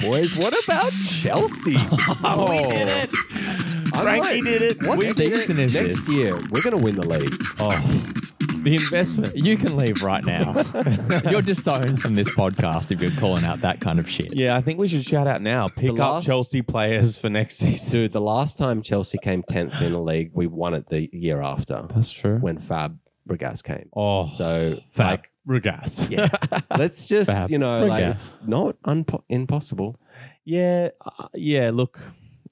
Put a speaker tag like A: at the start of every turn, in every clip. A: boys. What about Chelsea? oh,
B: We did it. Frankie did it.
A: What
B: We did
A: station
B: it.
A: is
B: Next
A: this?
B: year, we're going to win the league.
A: Oh,
C: The investment.
A: you can leave right now. You're disowned from this podcast if you're calling out that kind of shit.
C: Yeah, I think we should shout out now. Pick up
B: last-
C: Chelsea players for next season.
B: Dude, the last time Chelsea came 10th in the league, we won it the year after
C: That's true.
B: when Fab Regas came.
C: oh,
B: So,
C: Fab
B: like,
C: Regas.
B: Yeah. let's just,
C: Fab
B: you know, like,
C: Regas.
B: it's not unpo- impossible.
C: yeah, uh, yeah. Look,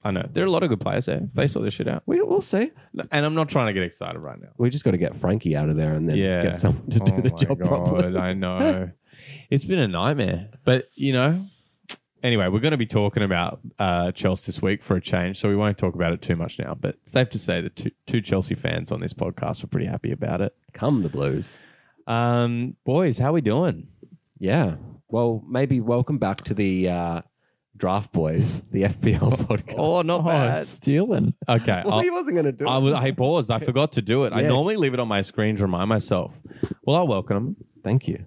C: I know there are a lot of good players there. They sort this shit out,
B: We, we'll see.
C: and I'm not trying to get excited right now.
B: We just got to get Frankie out of there and then
C: Yeah.
B: get someone to do
C: Oh
B: the
C: my
B: job properly.
C: God, I know. It's been a nightmare. But, you know, anyway, we're going to be talking about uh, Chelsea this week for a change. So we won't talk about it too much now. But safe to say that two, two Chelsea fans on this podcast were pretty happy about it.
B: Come the Blues.
C: Um, boys, how we doing?
B: Yeah. Well, maybe welcome back to the uh, Draft Boys, the FPL podcast.
C: Oh, not
A: Oh,
C: bad.
A: stealing.
C: Okay.
B: well,
C: I'll-
B: he wasn't going to do
C: I,
B: it.
C: was, I paused. I forgot to do it. I
B: Yeah.
C: normally leave it on my screen to remind myself. Well, I'll welcome them.
B: Thank you.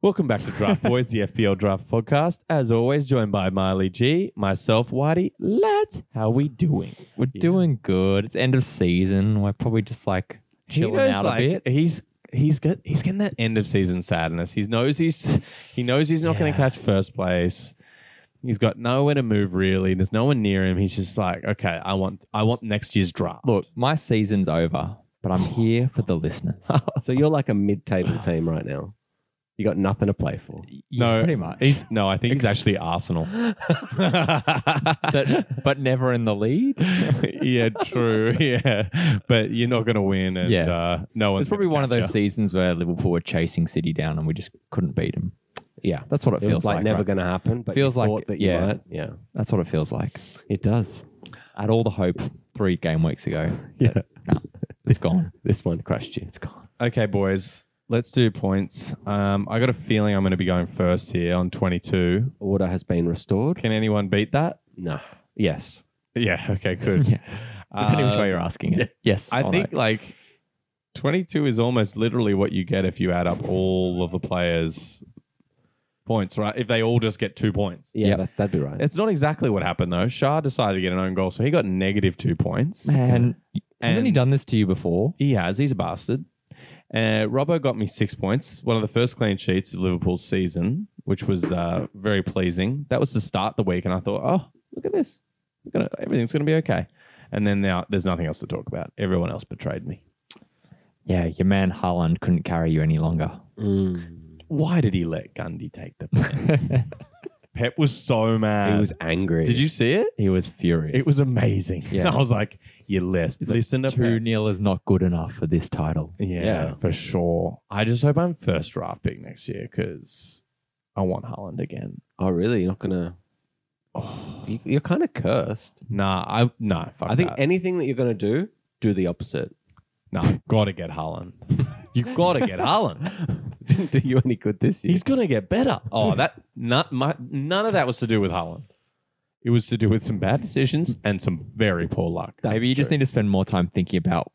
C: Welcome back to Draft Boys, the FPL Draft Podcast. As always, joined by Miley G, myself, Whitey. Let's how we doing?
A: We're doing good. It's end of season. We're probably just like chilling
C: knows,
A: out
C: like,
A: a bit.
C: He's he's got he's getting that end of season sadness. He knows he's he knows he's not going
A: Yeah.
C: to catch first place. He's got nowhere to move really. There's no one near him. He's just like, okay, I want I want next year's draft.
A: Look, my season's over, but I'm here for the listeners.
B: So you're like a mid-table team right now. You got nothing to play for.
A: Yeah,
C: no,
A: pretty much.
C: He's no, I think he's actually Arsenal.
A: But- but never in the lead.
C: yeah, true. Yeah, but you're not going to win, and
A: Yeah.
C: uh, no one's.
A: It's probably
C: gonna
A: one of
C: catch
A: those
C: you.
A: seasons where Liverpool were chasing City down and we just couldn't beat them.
B: Yeah.
A: That's what it,
B: It
A: feels
B: was like, never
A: right?
B: going to happen, but
A: Feels
B: you
A: like-
B: thought that you
A: yeah.
B: might. Yeah.
A: That's what it feels like.
B: It does.
A: I had all the hope three game weeks ago.
B: Yeah.
A: It's gone.
B: This one crushed you. It's gone.
C: Okay, boys, let's do points. Um, I got a feeling I'm going to be going first here on 22.
B: Order has been restored.
C: Can anyone beat that?
B: No. Yes.
C: Yeah. Okay. Good.
A: Yeah. Depending which
C: Um,
A: way you're asking it. Yes.
C: I
A: or no.
C: think like 22 is almost literally what you get if you add up all of the players' points, right? If they all just get two points.
B: Yeah,
A: Yep.
B: that, that'd be right.
C: It's not exactly what happened though. Shah decided to get an own goal, so he got negative two points.
A: Man, hasn't he
C: And-
A: done this to you before?
C: He has. He's a bastard. Uh, Robbo got me six points, one of the first clean sheets of Liverpool's season, which was uh, very pleasing. That was to start the week, and I thought, oh, look at this. We're gonna, everything's going to be okay. And then now there's nothing else to talk about. Everyone else betrayed me.
A: Yeah, your man Haaland couldn't carry you any longer.
B: Mm.
C: Why did he let Gundy take the pen? Pep was so mad.
B: he was angry.
C: Mm. Did you see it?
A: He was furious.
C: It was amazing.
A: Yeah.
C: I was like, you less,
A: He's like,
C: listen to
A: two
C: Pep.
A: 0 is not good enough for this title.
C: Yeah,
B: Yeah.
C: for sure. I just hope I'm first draft pick next year because I want Holland again.
B: Oh, really? You're not going to. You, you're kind of cursed.
C: Nah, I no. Oh. Fuck
B: I think
C: that.
B: anything that you're going to do, do the opposite.
C: nah. Gotta get Holland. you gotta get Holland.
B: Didn't do you any good this year.
C: He's gonna get better. Oh, that not my none of that was to do with Holland. It was to do with some bad decisions and some very poor luck.
A: Maybe you just need to spend more time thinking about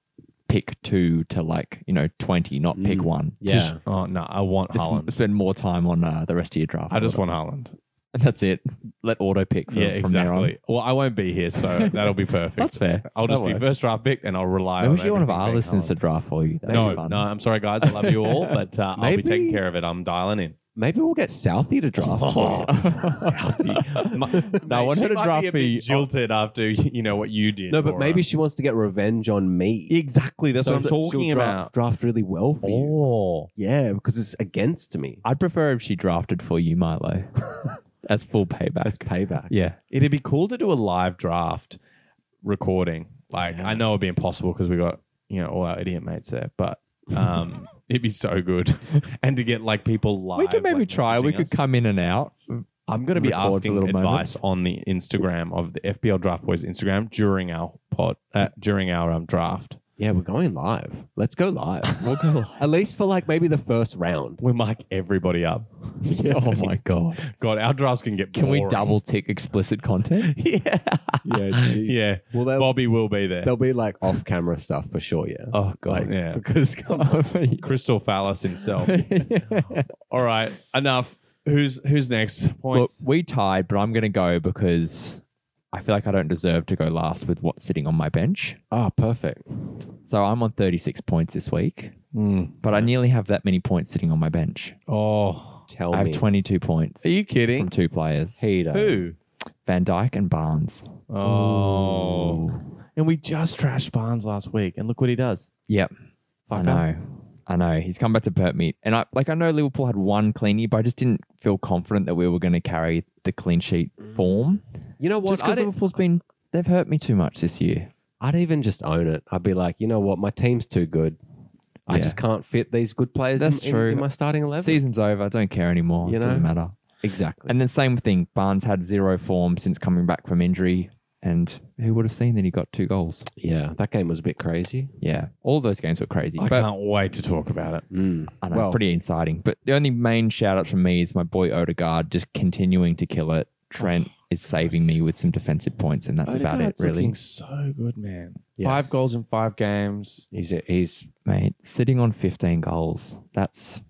A: pick two to like you know twenty, not pick
B: Mm.
A: one.
B: yeah.
C: Just- oh no, I want
A: Just
C: Holland.
A: spend more time on uh, the rest of your draft.
C: I just
A: order.
C: want Holland.
A: that's it. Let auto pick. From,
C: Yeah,
A: from there on.
C: exactly. Well, I won't be here, so that'll be perfect.
A: That's fair.
C: I'll just
A: That
C: be
A: works.
C: first draft pick, and I'll rely
A: Maybe
C: on.
A: we should get one of
C: everything
A: our
C: being
A: listeners
C: Haaland.
A: to draft for you. That'd
C: no,
A: be fun.
C: no, I'm sorry, guys. I love you all, but uh, I'll be
B: Maybe-
C: taking care of it. I'm dialing in.
B: Maybe we'll get Southie to draft. for you.
A: No, I want her to draft for you.
C: Jilted after you know what you did.
B: No, but
C: for
B: maybe
C: her.
B: she wants to get revenge on me.
C: exactly. That's
B: So
C: what I'm
B: that
C: talking
B: she'll draft-
C: about.
B: Draft really well for you.
C: Oh,
B: Yeah, because it's against me.
A: I'd prefer if she drafted for you, Milo, as full payback.
B: That's payback.
A: yeah,
C: it'd be cool to do a live draft recording. Like
B: Yeah.
C: I know it'd be impossible because we got you know all our idiot mates there, but um, it'd be so good. And to get like people live,
A: we could maybe
C: like,
A: try. We
C: messaging
A: could
C: us.
A: come in and out.
C: I'm going to be
A: record for
C: asking
A: little
C: advice
A: moments.
C: on the Instagram of the FBL Draft Boys Instagram during our pod uh, during our um, draft.
B: Yeah, we're going live. Let's go live.
A: We'll go live.
B: At least for like maybe the first round.
C: We mic everybody up.
A: Oh my god!
C: God, our drafts can get.
A: Can we
C: boring.
A: double tick explicit content?
C: Yeah,
B: Yeah,
C: yeah.
B: Well, there'll,
C: Bobby will be there.
B: there'll be like off camera stuff for sure. Yeah.
A: Oh god!
B: Like,
C: Yeah,
B: Because come on.
C: Crystal Phallus himself. All right, enough. Who's who's next?
A: Look,
C: Points.
A: we tied, but I'm going to go because I feel like I don't deserve to go last with what's sitting on my bench.
B: Ah, perfect.
A: So I'm on 36 points this week,
C: Hmm.
A: but I nearly have that many points sitting on my bench.
C: Oh,
B: Tell
A: I have
B: me.
A: 22 points
C: are you
A: from
C: kidding?
A: two players
B: Peter.
C: Who?
A: Van Dyke and Barnes.
C: Oh, and we just trashed Barnes last week, and look what he does.
A: Yep. I
C: Fucker.
A: know. I know. He's come back to Pert Meat. And I like I know Liverpool had one clean year, but I just didn't feel confident that we were going to carry the clean sheet form.
B: You know
A: Just
B: Mm. what? I'd,
A: because Liverpool's been they've hurt me too much this year.
B: I'd even just own it. I'd be like, you know what? My team's too good. I
A: Yeah.
B: just can't fit these good players
A: That's
B: in, in-
A: true.
B: in my starting 11.
A: Season's over. I don't care anymore.
B: You
A: It doesn't
B: know?
A: matter.
B: exactly.
A: And then same thing. Barnes had zero form since coming back from injury. And who would have seen that he got two goals?
B: yeah, that game was a bit crazy.
A: Yeah. All those games were crazy.
C: I
A: but
C: can't wait to talk about it.
B: Mm.
A: I know,
B: Well-
A: pretty exciting. But the only main shout outs from me is my boy Odegaard just continuing to kill it. Trent is saving me with some defensive points, and that's about it,
C: Oh, Odegaard's
A: really.
C: Looking so good, man.
B: Yeah.
C: Five goals in five games,
B: He's he's
A: Mate, sitting on 15 goals, that's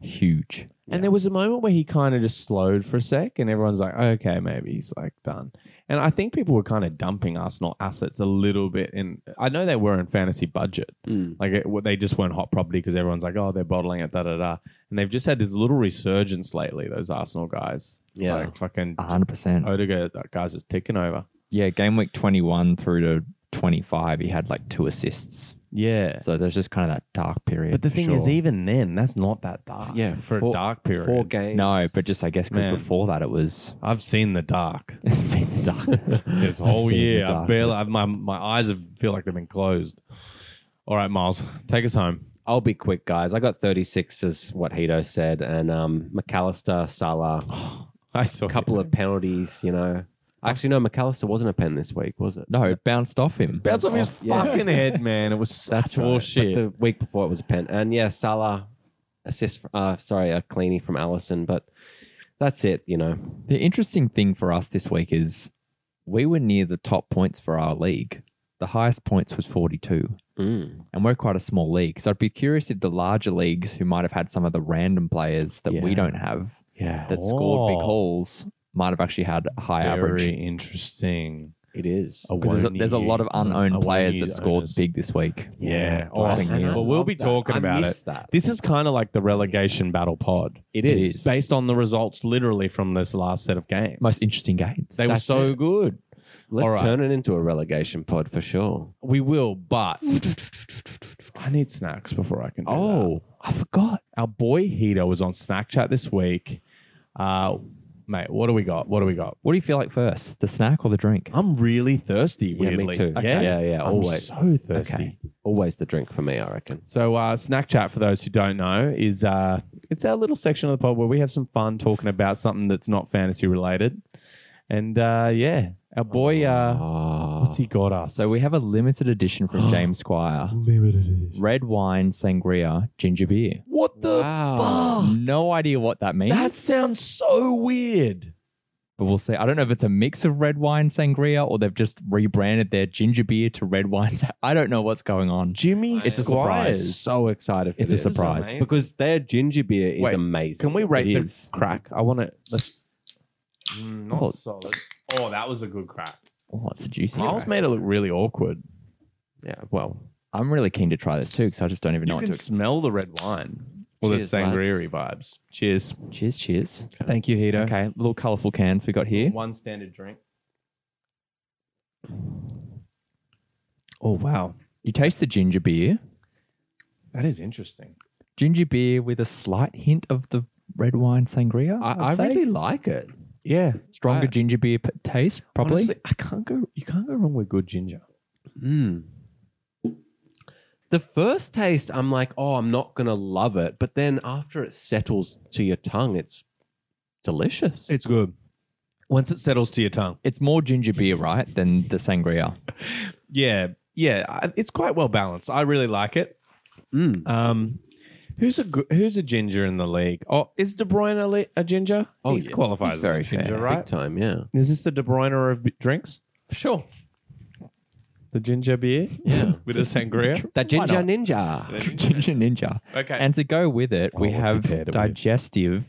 A: huge.
B: Yeah.
C: and there was a moment where he kind of just slowed for a sec, and everyone's like, "Okay, maybe he's like done." And I think people were kind of dumping Arsenal assets a little bit, and I know they were in fantasy budget,
B: Mm.
C: Like it, what- they just weren't hot property because everyone's like, oh, they're bottling it, da da da. And they've just had this little resurgence lately. Those Arsenal guys, It's
B: Yeah. Uh,
C: like fucking
A: 100%.
C: Odegaard, that guy's just ticking over.
A: Yeah, game week 21 through to 25, he had like two assists.
C: Yeah,
A: So there's just kind of that dark period.
C: but the
A: for
C: thing is,
A: sure.
C: even then, that's not that dark.
B: Yeah,
C: for
B: four-
C: a dark period.
B: four games.
A: No, but just I guess because
C: Man.
A: before that it was.
C: I've seen the dark
A: It's in the darkness.
C: this
A: I've
C: whole
A: seen the
C: year. I
A: darkness.
C: barely, I've, my my eyes have, feel like they've been closed. All right, Miles, take us home.
B: I'll be quick, guys. I got 36, is what Hito said, and um, McAllister, Salah,
C: I saw
B: a couple of penalties. You know, actually, no, McAllister wasn't a pen this week, was it?
A: No, it bounced off him.
C: bounce off his
B: Yeah.
C: fucking head, man. It was such
B: But
C: bullshit.
B: The week before it was a pen, and yeah, Salah assist. fr- Uh, sorry, a cleanie from Allison, but that's it. You know,
A: The interesting thing for us this week is we were near the top points for our league. The highest points was 42,
B: Mm.
A: and we're quite a small league. So I'd be curious if the larger leagues who might have had some of the random players that we
B: Yeah.
A: don't have
B: yeah,
A: that scored big
C: Oh.
A: hauls might have actually had a high
C: Very
A: average.
C: interesting.
B: it is.
A: Because there's, a-
C: Awoni-
A: there's a lot of unowned
C: Awoni's
A: players that scored
C: uh, owners.
A: big this week.
C: Yeah.
A: Oh, I think
B: and
A: yeah.
B: I
C: well, we'll
B: love
C: be
B: that.
C: talking
B: I
C: about
B: miss
C: it.
B: That
C: This is kind of like the relegation battle pod.
B: it
A: it
B: is.
A: is.
C: Based on the results literally from this last set of games.
A: Most interesting games.
C: they were
B: that's
C: so
B: it.
C: good.
B: Let's
C: All right.
B: turn it into a relegation pod for sure.
C: We will, but I need snacks before I can do that.
B: Oh,
C: I forgot. Our boy Hito was on Snack Chat this week. Uh mate, what do we got? What do we got?
A: what do you feel like first, the snack or the drink?
C: I'm really thirsty, weirdly.
B: Yeah, me too.
C: Yeah.
B: yeah, yeah.
C: I'm
B: Always,
C: so thirsty.
A: Okay.
B: always the drink for me. I reckon.
C: So, uh, snack chat for those who don't know is uh, it's our little section of the pod where we have some fun talking about something that's not fantasy related, and uh, yeah, our boy, uh,
B: Oh.
C: what's he got us?
A: So we have a limited edition from James Squire.
C: limited edition.
A: Red wine, sangria, ginger beer.
C: What the
B: Wow.
C: fuck?
A: No idea what that means.
C: That sounds so weird.
A: but we'll see. I don't know if it's a mix of red wine sangria or they've just rebranded their ginger beer to red wine. sa- I don't know what's going on.
C: Jimmy
A: It's a
C: Squires.
A: surprise.
B: So excited for
A: It's a
B: this.
A: surprise.
C: amazing.
B: because their ginger beer is
C: Wait,
B: amazing.
C: Can we rate
A: It
C: the
A: is.
C: crack? I want to. Let's. Mm, not
A: Oh.
C: solid. Oh, that was a good crack.
A: Oh, it's a juicy.
C: Miles
A: crack.
C: made it look really awkward.
B: Yeah, well,
A: I'm really keen to try this too because I just don't even know
C: you
A: what
C: can
A: to expect.
C: smell the red wine. Well, the
B: Cheers, lads.
C: sangria vibes. Cheers.
A: Cheers, cheers.
C: Thank you, Hito.
A: Okay, little colourful cans we got here.
C: One standard drink. Oh wow,
A: You taste the ginger beer.
C: that is interesting.
A: Ginger beer with a slight hint of the red wine sangria.
B: I,
A: I'd
B: I
A: say.
B: really like it.
C: Yeah,
A: stronger
B: I-
A: ginger beer p- taste, probably.
C: Honestly, I can't go. You can't go wrong with good ginger.
B: Mm. The first taste, I'm like, oh, I'm not gonna love it, but then after it settles to your tongue, it's delicious.
C: It's good. Once it settles to your tongue.
A: it's more ginger beer, right, than the sangria.
C: Yeah, yeah. I- It's quite well balanced. I really like it.
B: Mm.
C: Um, who's a good, who's a ginger in the league? Oh, is De Bruyne a, li- a ginger?
B: Oh,
C: He's
B: yeah.
C: qualified
A: He's
C: as a
A: very
C: ginger,
A: fair.
B: big
C: right?
B: time, yeah.
C: Is this the De Bruyne of b- drinks?
B: Sure,
C: The ginger beer,
B: yeah.
C: with a sangria.
B: That
A: Why
B: ginger
A: not?
B: ninja.
A: ginger ninja.
C: Okay.
A: And to go with it,
C: Oh,
A: we
C: what's it
A: have
C: paired with?
A: digestive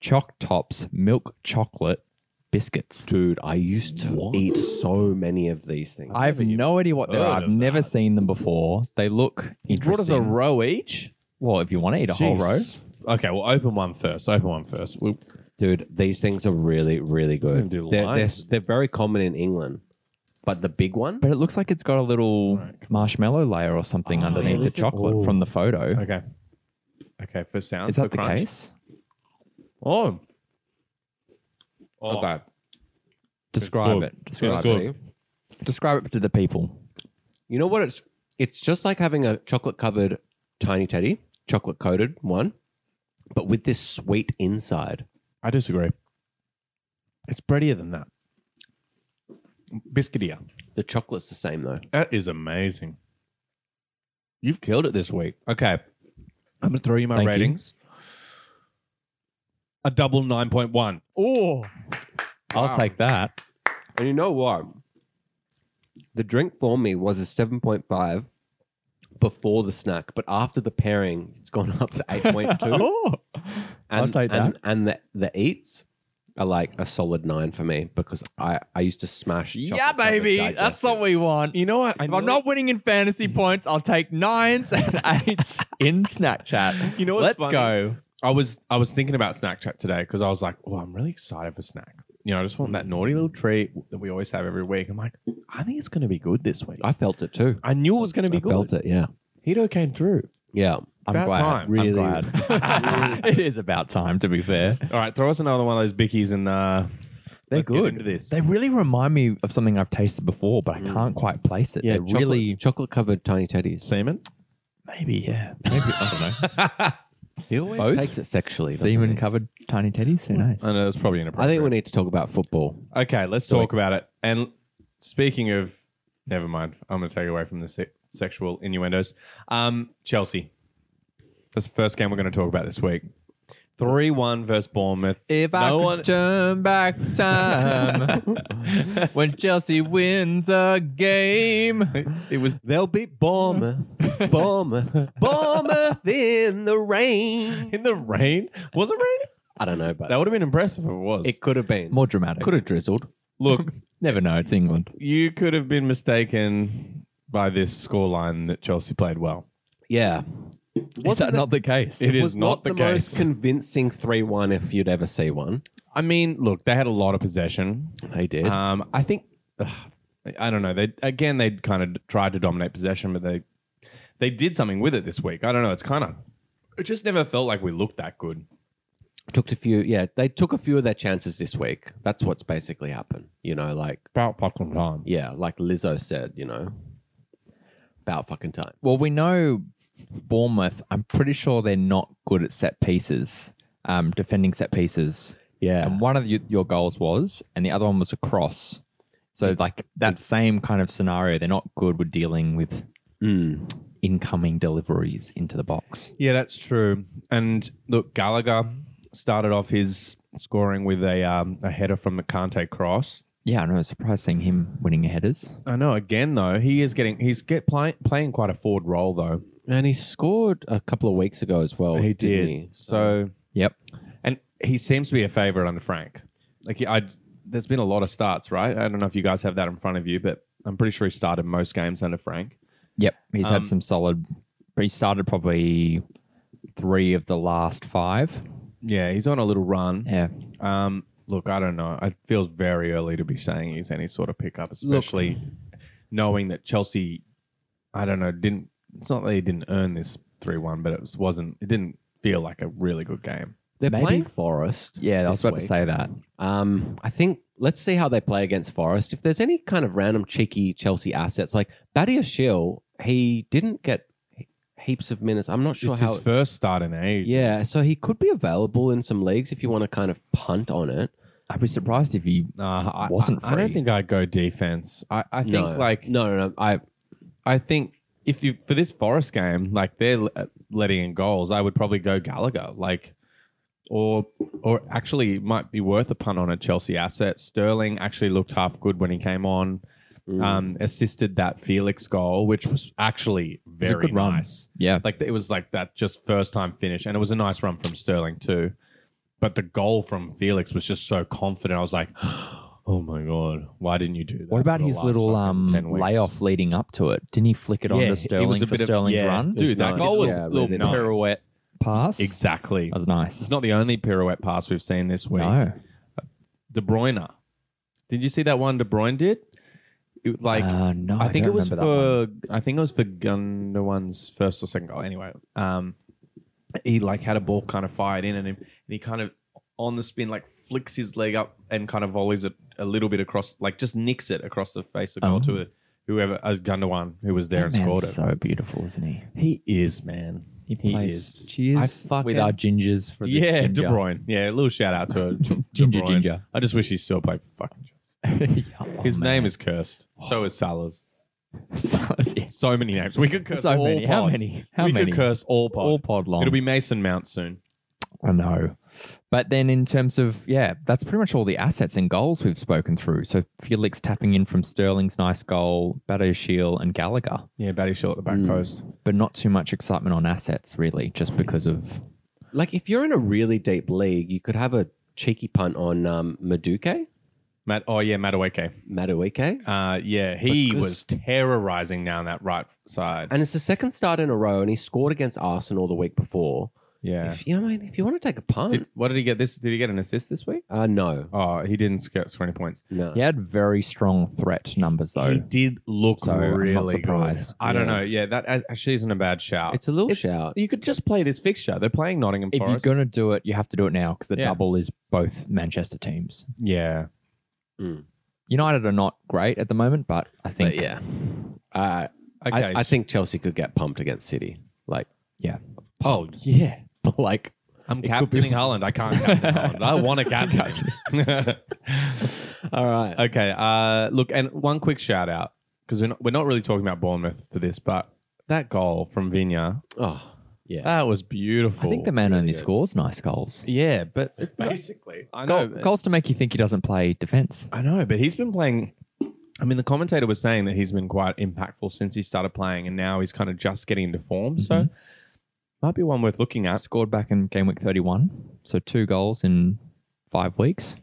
A: Choc Tops milk chocolate biscuits.
B: Dude, I used to
C: What?
B: eat so many of these things.
A: I have no idea what they
C: heard
A: are. I've
C: of
A: never
C: that.
A: seen them before. They look
C: You brought us a
A: interesting.
C: row each.
A: Well, if you want to eat a whole row,
C: Jeez. Okay, well, open one first. Open one first. We-
B: Dude, these things are really, really
C: Doesn't
B: good.
C: do
B: They're, they're,
C: lines.
B: they're very common in England, but the big one.
A: but it looks like it's got a little
C: Right, come
A: marshmallow layer or something
C: Oh,
A: underneath
C: yeah,
A: the
C: this is-
A: chocolate
C: Ooh.
A: from the photo.
C: Okay. Okay, for sound.
A: Is that
C: for
A: the
C: crunch.
A: case?
C: Oh.
B: Okay.
A: Describe
C: good.
A: it.
C: It's
A: Describe
C: good.
A: it. Describe it to the people.
B: You know what? It's it's just like having a chocolate covered tiny teddy, chocolate coated one, but with this sweet inside.
C: I disagree. It's breadier than that. Biscuitier.
B: The chocolate's the same though.
C: That is amazing. You've killed it this week. Okay. I'm going to throw you my
A: Thank you.
C: ratings. A double 9.1.
A: Oh, I'll
B: Wow.
A: take that.
B: And you know what? The drink for me was a seven point five before the snack, but after the pairing, it's gone up to eight point two.
A: Oh, I'll
B: And
A: take
B: and,
A: that.
B: and the, the eats are like a solid nine for me because I, I used to smash. chocolate covered digestives.
A: we want.
C: You know what? I
A: If
C: know
A: I'm not winning in fantasy points, I'll take nines and eights in Snapchat.
C: You know
A: Let's
C: what's funny?
A: go.
C: I was I was thinking about snack chat today because I was like, oh, I'm really excited for snack. You know, I just want that naughty little treat that we always have every week. I'm like, I think it's going to be good this week. I,
B: I felt it too.
C: knew it was going to be
B: I
C: good.
B: felt it. Yeah.
C: Hito came through.
B: Yeah.
A: I'm
C: About
A: glad.
C: time.
A: Really.
B: Really.
A: it is about time, to be fair.
C: All right, throw us another one of those bickies and uh,
A: They're
C: let's
A: good.
C: Get into this.
A: They really remind me of something I've tasted before, but I
B: Mm.
A: can't quite place it.
B: Yeah.
A: They're
B: chocolate,
A: really,
B: chocolate covered tiny teddies.
C: Semen.
A: maybe, yeah. Maybe, I don't know.
B: He always
A: Both?
B: takes it sexually. doesn't
A: Semen
B: he?
A: covered tiny teddies. Who knows?
C: I know it's probably
B: I
C: inappropriate.
B: think we need to talk about football.
C: Okay, let's talk about it. And speaking of, never mind. I'm going to take away from the se- sexual innuendos. Um, Chelsea. That's the first game we're going to talk about this week. Three-one versus Bournemouth.
A: If I
C: No
A: could
C: one-
A: turn back time when Chelsea wins a game.
C: It was
B: They'll be Bournemouth, Bournemouth, Bournemouth in the rain.
C: in the rain. Was it raining?
B: I don't know, but
C: That would have been impressive if it was.
B: it could have been.
A: More dramatic.
B: could have drizzled.
C: Look,
A: Never know. It's England.
C: you could have been mistaken by this scoreline that Chelsea played well.
B: Yeah.
A: is that not the case?
C: It is
B: was
C: not the case.
B: most convincing 3 1 if you'd ever see one.
C: I mean, look, they had a lot of possession.
B: They did.
C: Um, I think ugh, I don't know. They again, they kind of tried to dominate possession, but they they did something with it this week. I don't know. It's kind of it just never felt like we looked that good.
B: took a few, yeah, they took a few of their chances this week. That's what's basically happened. You know, like,
C: About fucking time.
B: yeah, like Lizzo said, you know, about fucking time.
A: Well, we know Bournemouth. I'm pretty sure they're not good at set pieces, um, defending set pieces.
B: Yeah.
A: And one of you, your goals was, and the other one was a cross. So, like that same kind of scenario, they're not good with dealing with
B: Mm.
A: incoming deliveries into the box.
C: Yeah, that's true. And look, Gallagher started off his scoring with a um, a header from the Kante cross.
A: Yeah, I know. Surprised seeing him winning headers.
C: I know. Again, though, he is getting he's get play, playing quite a forward role though.
B: And he scored a couple of weeks ago as well. didn't He?
C: So
A: Yep.
C: And he seems to be a favorite under Frank. Like I, there's been a lot of starts, right? I don't know if you guys have that in front of you, but I'm pretty sure he started most games under Frank.
A: Yep, he's
C: Um,
A: had some solid. He started probably three of the last five.
C: Yeah, he's on a little run.
A: Yeah,
C: Um, look, I don't know. It feels very early to be saying he's any sort of pickup, especially knowing that Chelsea. I don't know. Didn't it's not that he didn't earn this three-one, but it was, wasn't. It didn't feel like a really good game.
B: They're
A: Maybe-
B: playing Forest.
A: yeah. I was
B: This
A: about
B: week.
A: to say that.
B: Um, I think let's see how they play against Forest. If there's any kind of random cheeky Chelsea assets like Badia Shill, he didn't get he- heaps of minutes. I'm not sure
C: it's
B: how.
C: his first start in age.
B: yeah, so he could be available in some leagues if you want to kind of punt on it.
A: I'd be surprised if he.
C: Nah, I,
A: Wasn't
C: I, I don't
A: free.
C: think I'd go defense. I, I think
B: no,
C: like
B: no, no, no. I
C: I think if you for this Forest game, like they're l- letting in goals, I would probably go Gallagher, like, or or actually it might be worth a punt on a Chelsea asset. Sterling actually looked half good when he came on,
B: mm.
A: Mm.
C: um, assisted that Felix goal, which was actually
A: was a
C: very
A: good run.
C: nice.
A: Yeah,
C: Like it was like that just first time finish, and it was a nice run from Sterling too. But the goal from Felix was just so confident. I was like, oh my god, why didn't you do that?
A: What about
C: for the
A: his
C: last
A: little
C: fucking
A: um
C: 10 weeks?"
A: layoff leading up to it? Didn't he flick it on
C: Yeah, it
A: to
C: was
A: Sterling
C: a
A: for
C: bit of-
A: Sterling's
C: yeah.
A: run?
C: Dude, that
B: nice.
C: goal was
A: Yeah,
C: a little
A: really nice.
C: pirouette.
A: Pass?
C: Exactly.
A: That was nice.
C: It's not the only pirouette pass we've seen this week.
A: No.
C: De Bruyne. Did you see that one De Bruyne did? It was like
A: Uh, no,
C: I, think
A: don't
C: it was
A: remember that one.
C: for I think it was for Gundogan's first or second goal. Anyway, um, he like had a ball kind of fired in, and him, and he kind of on the spin like flicks his leg up and kind of volleys it a little bit across, like just nicks it across the face of goal
A: Oh.
C: to whoever as Gundogan who was there
A: That
C: and
A: man's
C: scored it.
A: so beautiful, isn't he?
C: He is man. He, is.
A: Cheers
C: I fucking-
A: with our gingers for the
C: yeah,
A: ginger.
C: De Bruyne. Yeah, a little shout out to De
A: Ginger,
C: Bruyne.
A: ginger.
C: I just wish he still played for fucking. Chelsea.
A: Yeah,
C: His
A: oh, man.
C: name
A: Oh.
C: is cursed. So is Salah's.
A: so, yeah.
C: So many names. We could curse
A: so
C: all
A: many.
C: pod.
A: How many? How
C: we
A: many?
C: could curse all pod.
A: All pod long.
C: It'll be Mason Mount soon.
A: I know. But then in terms of yeah, that's pretty much all the assets and goals we've spoken through. So Felix tapping in from Sterling's nice goal, Badoshiel and Gallagher.
C: Yeah, Batty Shell at the back
B: Mm.
C: post.
A: But not too much excitement on assets really, just because of
B: Like if you're in a really deep league, you could have a cheeky punt on um, Maduke,
C: Matt, oh yeah, Madueke.
B: Madueke,
C: Uh, yeah, he
B: Because-
C: was terrorizing down that right side.
B: and it's the second start in a row, and he scored against Arsenal the week before.
C: Yeah.
B: If you know, I mean, if you want to take a punt,
C: Did, what did he get? This did he get an assist this week?
B: uh, no,
C: Oh, he didn't score twenty points.
B: no,
A: he had very strong threat numbers though.
C: he did look
A: So, I'm not
C: really
A: surprised.
C: good. I don't
B: Yeah.
C: know. Yeah, that a- actually isn't a bad shout.
B: it's a little
C: It's-
B: shout.
C: you could just play this fixture. They're playing Nottingham
A: if you're
C: Forest.
A: gonna do it, you have to do it now because the
C: Yeah.
A: double is both Manchester teams.
C: yeah,
A: United are not great at the moment, but I think
B: But yeah, I
C: okay.
B: I, I think Chelsea could get pumped against City. Like,
A: Yeah.
C: Oh yeah,
B: but like,
C: I'm
B: It could be-
C: captaining Holland. I can't captain Holland. I want to captain.
B: all right,
C: okay. Uh, look, and one quick shout out because we're not, we're not really talking about Bournemouth for this, but that goal from Vigna,
B: oh yeah,
C: that was beautiful.
A: I think the man
B: Really
A: only
B: good.
A: scores nice goals.
C: yeah, but it,
B: basically,
C: I know,
A: Goal,
C: but-
A: goals to make you think he doesn't play defense.
C: I know, but he's been playing. I mean, the commentator was saying that he's been quite impactful since he started playing, and now he's kind of just getting into form. So,
A: Mm-hmm.
C: might be one worth looking at.
A: Scored back in game week 31. So two goals in five weeks.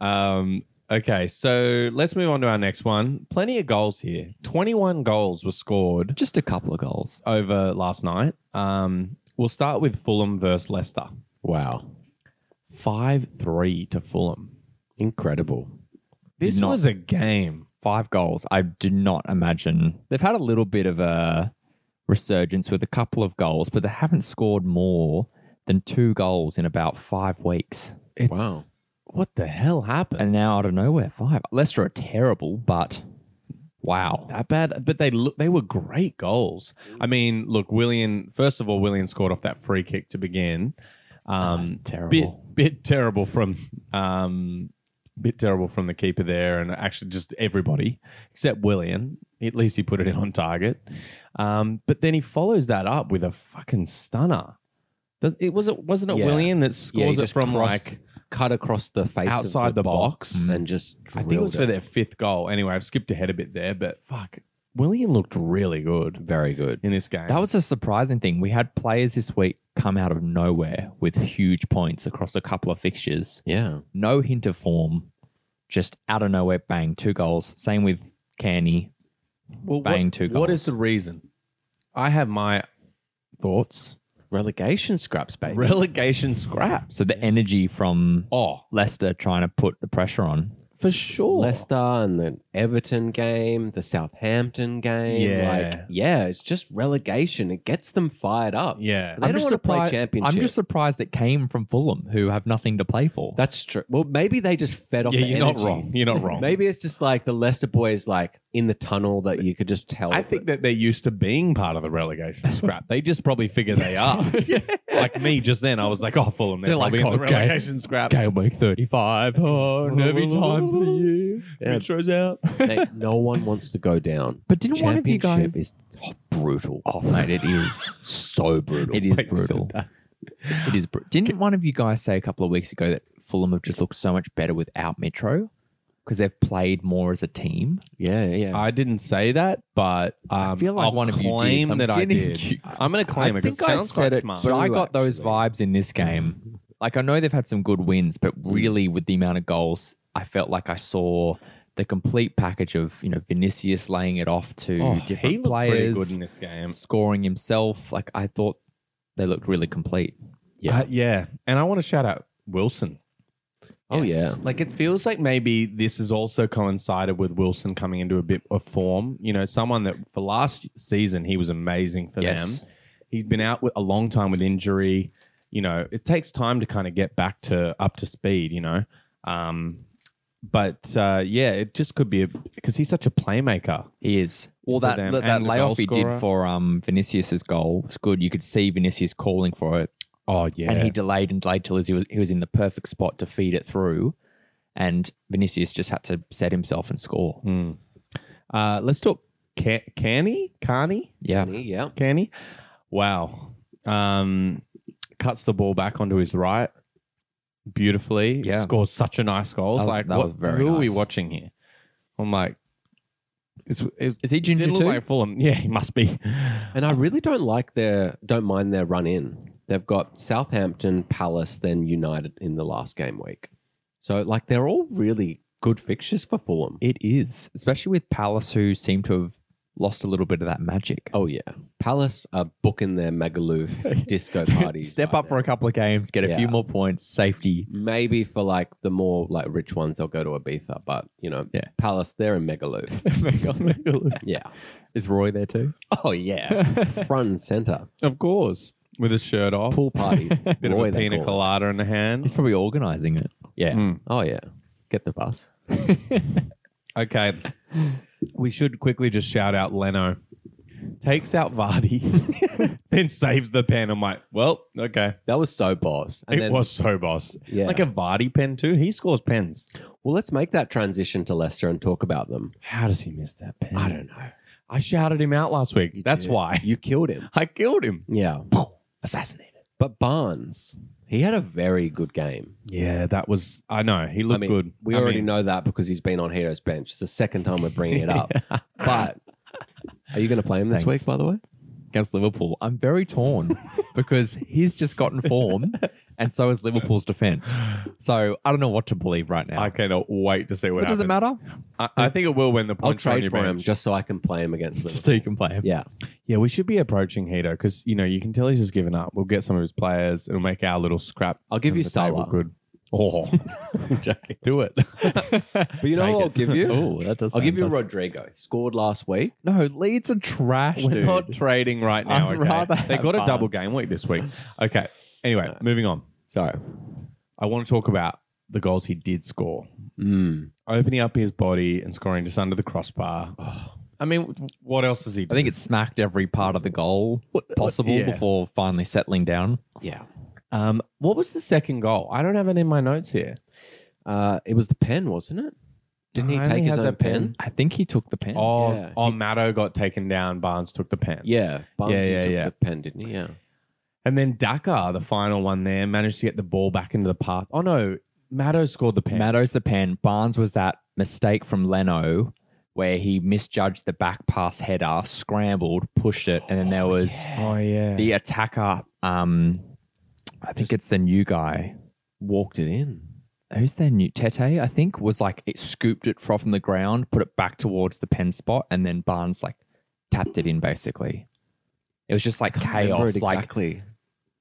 C: Um, okay, so let's move on to our next one. Plenty of goals here. 21 goals were scored
A: Just a couple of goals.
C: over last night. Um, we'll start with Fulham versus Leicester.
B: wow,
C: 5 3 to Fulham.
B: incredible.
C: This
A: Did not-
C: was a game.
A: Five goals. I do not imagine. They've had a little bit of a resurgence with a couple of goals, but they haven't scored more than two goals in about five weeks.
C: It's,
B: Wow.
C: What the hell happened?
A: And now out of nowhere, five. Leicester are terrible, but wow.
C: that bad, but they look they were great goals. I mean, look, Willian. First of all, Willian scored off that free kick to begin. Um,
A: Terrible.
C: bit bit terrible from um, bit terrible from the keeper there, and actually just everybody except Willian. At least he put it in on target. Um, but then he follows that up with a fucking stunner. Does, it was it wasn't it
B: Yeah.
C: Willian that
B: Yeah, he
C: scores it
B: just
C: from
B: crossed-
C: like
B: cut across the face
C: outside
B: of the,
C: the box.
B: and just
C: I think it was for
B: drilled
C: their fifth goal. Anyway, I've skipped ahead a bit there, but fuck, Willian looked really good
B: very good.
C: in this game.
A: That was a surprising thing. We had players this week come out of nowhere with huge points across a couple of fixtures.
B: Yeah,
A: No hint of form, just out of nowhere, bang, two goals. Same with Canny.
C: well,
A: bang
C: what,
A: two
C: What
A: goals.
C: is the reason? I have my thoughts.
B: relegation scraps, baby.
C: Relegation scraps.
A: So the energy from
C: Oh,
A: Leicester trying to put the pressure on.
C: for sure.
B: Leicester and the Everton game, the Southampton game.
C: Yeah.
B: Like, yeah, it's just relegation. It gets them fired up.
C: Yeah.
B: They don't want to play
A: surprised-
B: championship.
A: I'm just surprised it came from Fulham, who have nothing to play for.
B: That's true. Well, maybe they just fed off
C: Yeah,
B: the
C: you're not
B: energy.
C: wrong. You're not wrong.
B: Maybe it's just like the Leicester boys, like in the tunnel that you could just tell.
C: I think that they're used to being part of the relegation scrap. They just probably figure they are. Like me just then, I was like, oh, Fulham, they're,
A: They're like,
C: probably in the
A: okay.
C: relegation scrap.
A: game week 35. Oh, nervy times of the year.
B: Yeah.
C: Metro's out.
B: Mate, no one wants to go down.
A: But didn't one of you
B: Championship
A: guys?
B: is oh, brutal.
A: oh, mate, it is.
B: so brutal.
A: It is
C: Wait, you said
A: brutal.
C: that.
A: It is. Br- Didn't one of you guys say a couple of weeks ago that Fulham have just looked so much better without Metro because they've played more as a team?
B: Yeah, yeah.
C: I didn't say that, but um, I
A: feel like
C: will
A: one of you did,
C: claim
A: so I'm
C: that I
A: getting
C: did.
A: you-
C: I'm going to claim it. 'cause
B: think I
C: it sounds
B: said
C: quite
B: it
C: smart.
A: But I got those
B: actually.
A: vibes in this game. like I know they've had some good wins, but
C: Hmm.
A: really with the amount of goals, I felt like I saw the complete package of you know Vinicius laying it off to different
C: Oh, he looked pretty
A: players,
C: good in this game.
A: scoring himself. Like I thought they looked really complete.
C: Yeah, Uh, yeah. And I want to shout out Wilson.
B: Oh,
A: Yes.
B: yeah.
C: Like it feels like maybe this has also coincided with Wilson coming into a bit of form. You know, someone that for last season he was amazing for
A: Yes.
C: them. He's been out with a long time with injury. You know, it takes time to kind of get back to up to speed. You know, um, but uh, yeah, it just could be because he's such a playmaker.
A: He is. Well,
C: For
A: that
C: them
A: that, that
C: and the goal
A: layoff he
C: scorer.
A: did for um Vinicius's goal was good. You could see Vinicius calling for it,
C: Oh yeah,
A: and he delayed and delayed till he was he was in the perfect spot to feed it through, and Vinicius just had to set himself and score.
C: Hmm. uh, let's talk. Ca- Canny, Carney,
A: Yeah,
B: Yeah.
C: Canny. Wow. Um, cuts the ball back onto his right beautifully.
A: Yeah.
C: Scores such a nice goal.
A: That
C: It's
A: was-
C: like,
A: that
C: what,
A: was very
C: who are we
A: nice.
C: watching here? I'm like, it's, it
A: is he ginger
C: didn't
A: too?
C: look like Fulham. Yeah, he must be.
B: And I really don't like their don't mind their run in. They've got Southampton, Palace, then United in the last game week. So like they're all really good fixtures for Fulham.
A: It is, especially with Palace, who seem to have lost a little bit of that magic.
B: Oh yeah. Palace are booking their Magaluf disco parties.
A: Step
B: right
A: up for a
B: now.
A: couple of games, get a
B: Yeah.
A: few more points, safety.
B: Maybe for like the more like rich ones, they'll go to Ibiza, but you know,
A: Yeah.
B: Palace, they're in Megaloof. yeah.
A: is Roy there too?
B: Oh yeah. Front and center.
C: of course. With his shirt off.
B: Pool party.
C: Bit
B: Roy,
C: of a
B: they
C: pina
B: call it.
C: colada in the hand.
A: He's probably organising it.
B: Yeah.
C: Mm.
B: Oh yeah. Get the bus.
C: Okay. We should quickly just shout out Leno. Takes out Vardy, then saves the pen. I'm like, well, okay.
B: That was so boss.
C: it was so boss.
B: Yeah.
C: Like a Vardy pen too. He scores pens.
B: Well, let's make that transition to Leicester and talk about them.
C: How does he miss that pen?
B: I don't know.
C: I shouted him out last week. That's
B: did.
C: why.
B: You killed him.
C: I killed him.
B: Yeah.
C: Assassinated.
B: But Barnes, he had a very good game.
C: Yeah, that was. I know. He
B: I
C: looked
B: mean,
C: good.
B: We
C: I
B: already
C: mean,
B: know that because he's been on Heroes Bench. It's the second time we're bringing it up. But are you going to play him this
A: Thanks.
B: week, by the way?
A: against Liverpool. I'm very torn because he's just gotten form, and so is Liverpool's defense. So I don't know what to believe right now.
C: I cannot wait to see what
A: it
C: happens.
A: doesn't matter.
C: I, I think it will win the
B: I'll
C: points on
B: trade
C: your
B: for him
C: bench.
B: just so I can play him against Liverpool.
A: Just so you can play him.
B: yeah.
C: Yeah, we should be approaching Hito because you know you can tell he's just given up. We'll get some of his players. It'll make our little scrap.
B: I'll give
C: on
B: you
C: the table
B: Salah.
C: Good. Oh, do it.
B: But you know
C: Take
B: what
C: it.
B: I'll give you?
A: Oh, that does.
B: I'll give
A: sound
B: you
A: nice.
B: Rodrigo. Scored last week.
A: No, Leeds are trash,
C: We're
A: dude.
C: not trading right now.
A: I'd
C: okay?
A: rather
C: they
A: have
C: got a
A: Barnes.
C: double game week this week. Okay. Anyway, moving on.
B: Sorry.
C: I want to talk about the goals he did score, Hmm.
B: Mm.
C: opening up his body and scoring just under the crossbar. I mean, what else does he?
A: I
C: Do?
A: think it smacked every part of the goal possible
C: yeah.
A: before finally settling down.
B: Yeah.
C: Um, what was the second goal? I don't have it in my notes here.
B: Uh, it was the pen, wasn't it? Didn't he
C: I only
B: take his
C: had
B: own
C: that
B: pen?
C: pen.
A: I think he took the pen.
C: Oh,
B: Yeah.
C: oh, Matto got taken down. Barnes took the pen.
B: Yeah. Barnes
C: Yeah,
B: he
C: yeah,
B: took
C: yeah.
B: the pen, didn't he? Yeah.
C: And then Dakar, the final one there, managed to get the ball back into the path. Oh no, Matto scored the pen.
A: Maddo's the pen. Barnes was that mistake from Leno where he misjudged the back pass header, scrambled, pushed it, and then there was
C: oh yeah.
A: the attacker. Um, I think it's the new guy.
B: Walked it in.
A: Who's their new Tete? I think was like it scooped it from the ground, put it back towards the pen spot, and then Barnes like tapped it in. Basically, it was just like
B: Remember
A: chaos.
B: it
A: Like
B: exactly.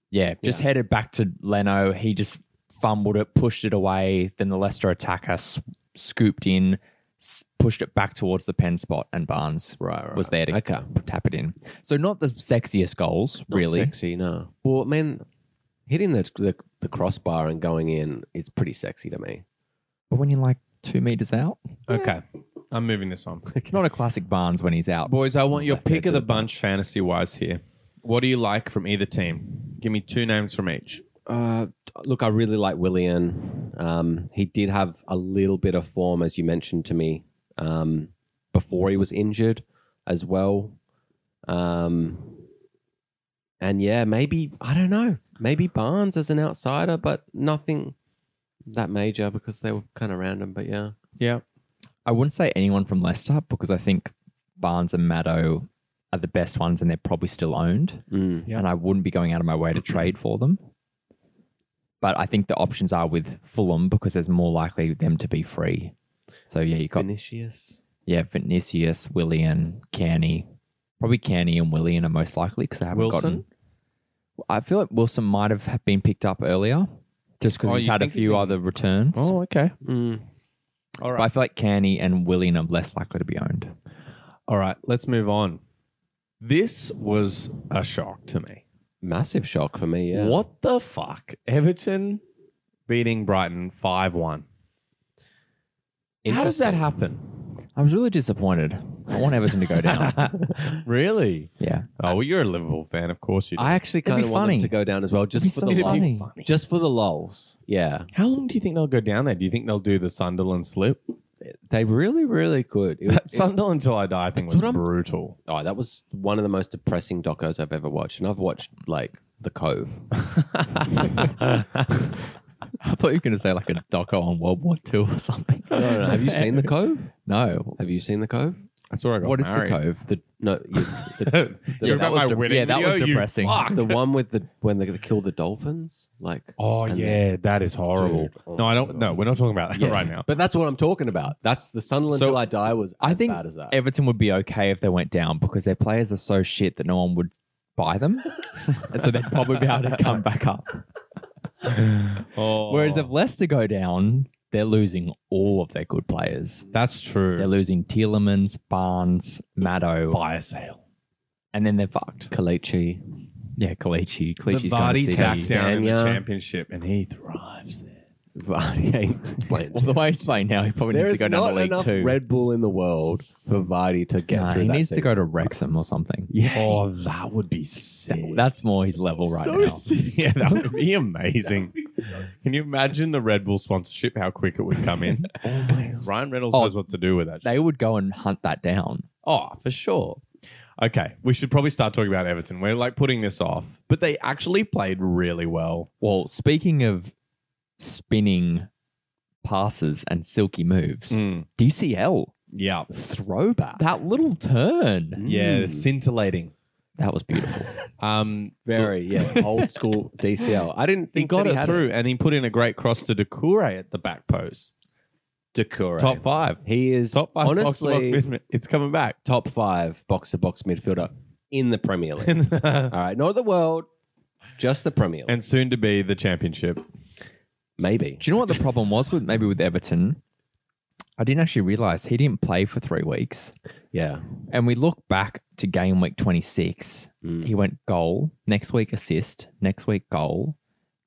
A: yeah, just headed back to Leno. He just fumbled it, pushed it away. Then the Leicester attacker s- scooped in, s- pushed it back towards the pen spot, and Barnes
B: Right, right.
A: was there to
B: Okay.
A: tap it in. So not the sexiest goals,
B: Not
A: really.
B: sexy, no. Well, I mean, hitting the, the the crossbar and going in is pretty sexy to me.
A: But when you're like two meters out,
C: okay, I'm moving this on.
A: it's not a classic Barnes when he's out.
C: Boys, I want your
A: Left edge
C: pick of
A: of
C: the
A: the
C: bunch fantasy wise here. What do you like from either team? Give me two names from each.
B: Uh, look, I really like Willian. Um, he did have a little bit of form, as you mentioned to me, um, before he was injured, as well. Um, and yeah, maybe I don't know. Maybe Barnes as an outsider, but nothing that major because they were kind of random. But yeah,
C: Yeah.
A: I wouldn't say anyone from Leicester because I think Barnes and Maddo are the best ones and they're probably still owned.
B: Mm.
C: Yeah.
A: And I wouldn't be going out of my way to trade for them. But I think the options are with Fulham because there's more likely them to be free. So yeah, you got
B: Vinicius.
A: yeah Vinicius, Willian, Canny. Probably Canny and Willian are most likely because they haven't
C: Wilson?
A: gotten. I feel like Wilson might have ha- been picked up earlier, just because
C: Oh,
A: he's
C: you
A: had a
C: think he's
A: few
C: been-
A: other returns.
C: Oh, okay.
B: Mm.
C: All
A: But I
C: right.
A: feel like Canny and Willian are less likely to be owned.
C: All right. Let's move on. This was a shock to me.
B: Massive shock for me. Yeah.
C: What the fuck? Everton beating Brighton 5 1. How does that happen?
A: I was really disappointed. I want Everton to go down.
C: really?
A: yeah,
C: Oh, well, you're a Liverpool fan. Of course you do.
B: I actually
A: It'd be
B: kind of want
A: funny.
B: them to go down as well, just
A: be
B: for
A: so
B: the
A: funny.
B: lulls. Just for the lulls. Yeah.
C: How long do you think they'll go down there? Do you think they'll do the Sunderland slip?
B: They really, really could. It,
C: That
B: it-
C: Sunderland till I die thing
B: That's
C: was
B: what I'm-
C: brutal.
B: oh, that was one of the most depressing docos I've ever watched, and I've watched like The Cove.
A: I thought you were going to say like a doco on World War II or something.
B: Have you seen The Cove?
A: No.
B: Have you seen The Cove?
C: That's where I got
A: What is
C: married.
A: the cove?
B: The no, you, the, the-
C: You
A: that
C: remember
A: was
C: my
A: de-
C: wedding
A: yeah, that was
C: video, you
A: depressing.
C: fuck.
B: the one with the when they kill the dolphins, like.
C: Oh
B: And
C: yeah, that is horrible.
B: Dude, oh
C: no, I don't.
B: my
C: No,
B: God.
C: we're not talking about that
B: Yeah.
C: right now.
B: but that's what I'm talking about. That's the Sunderland
C: So-
B: till I die was.
A: Oh. I
B: as
A: think
B: bad as that.
A: Everton would be okay if they went down because their players are so shit that no one would buy them. And so they'd probably be able to come back up.
C: Oh,
A: Whereas if Leicester go down, they're losing all of their good players.
C: that's
A: They're
C: true,
A: losing Tielemans, Barnes, Maddo. Fire sale. And then they're fucked.
B: Kalechi.
A: Yeah, Kalichi. Kalichi's
C: the
A: going to
C: Vardy's
A: City.
C: back down in the
B: Danya.
C: championship, and he thrives there.
B: Vardy he's playing.
A: Well, the way he's playing now, he probably
B: there
A: needs
B: is
A: to go down
B: not
A: to League
B: enough
A: Two.
B: Red Bull in the world for Vardy to get
A: Nah,
B: through.
A: he
B: that
A: needs to
B: season.
A: go to Wrexham or something.
B: Yeah.
C: Oh, that would be sick.
A: That's more his level right
C: so
A: now.
C: sick. Yeah, that would be amazing. Can you imagine the Red Bull sponsorship? How quick it would come in.
B: oh my
C: Ryan Reynolds
A: Oh,
C: knows what to do with that.
A: They would go and hunt that down.
C: Oh, for sure. Okay, we should probably start talking about Everton. We're like putting this off, but they actually played really well.
A: Well, speaking of spinning passes and silky moves,
B: Mm.
A: DCL
C: Mm. Yeah,
A: throwback. That little turn.
C: Mm. yeah,
B: Mm.
C: scintillating.
A: That was beautiful.
C: Um,
B: Very, yeah, old school DCL. I didn't
C: he
B: think
C: got
B: that
C: it
B: had
C: through, and he put in a great cross to Decoure at the back post.
B: Decoure.
C: Top five,
B: He is
C: top five.
B: honestly
C: box to box, it's coming back.
B: top five box to box midfielder in the Premier League.
C: and
B: All right, not the world, just the Premier League.
C: soon to be the championship.
B: Maybe.
A: Do you know what the problem was with maybe with Everton? I didn't actually realize he didn't play for three weeks.
B: Yeah.
A: And we look back to game week 26.
B: Mm.
A: He went goal, next week assist, next week goal.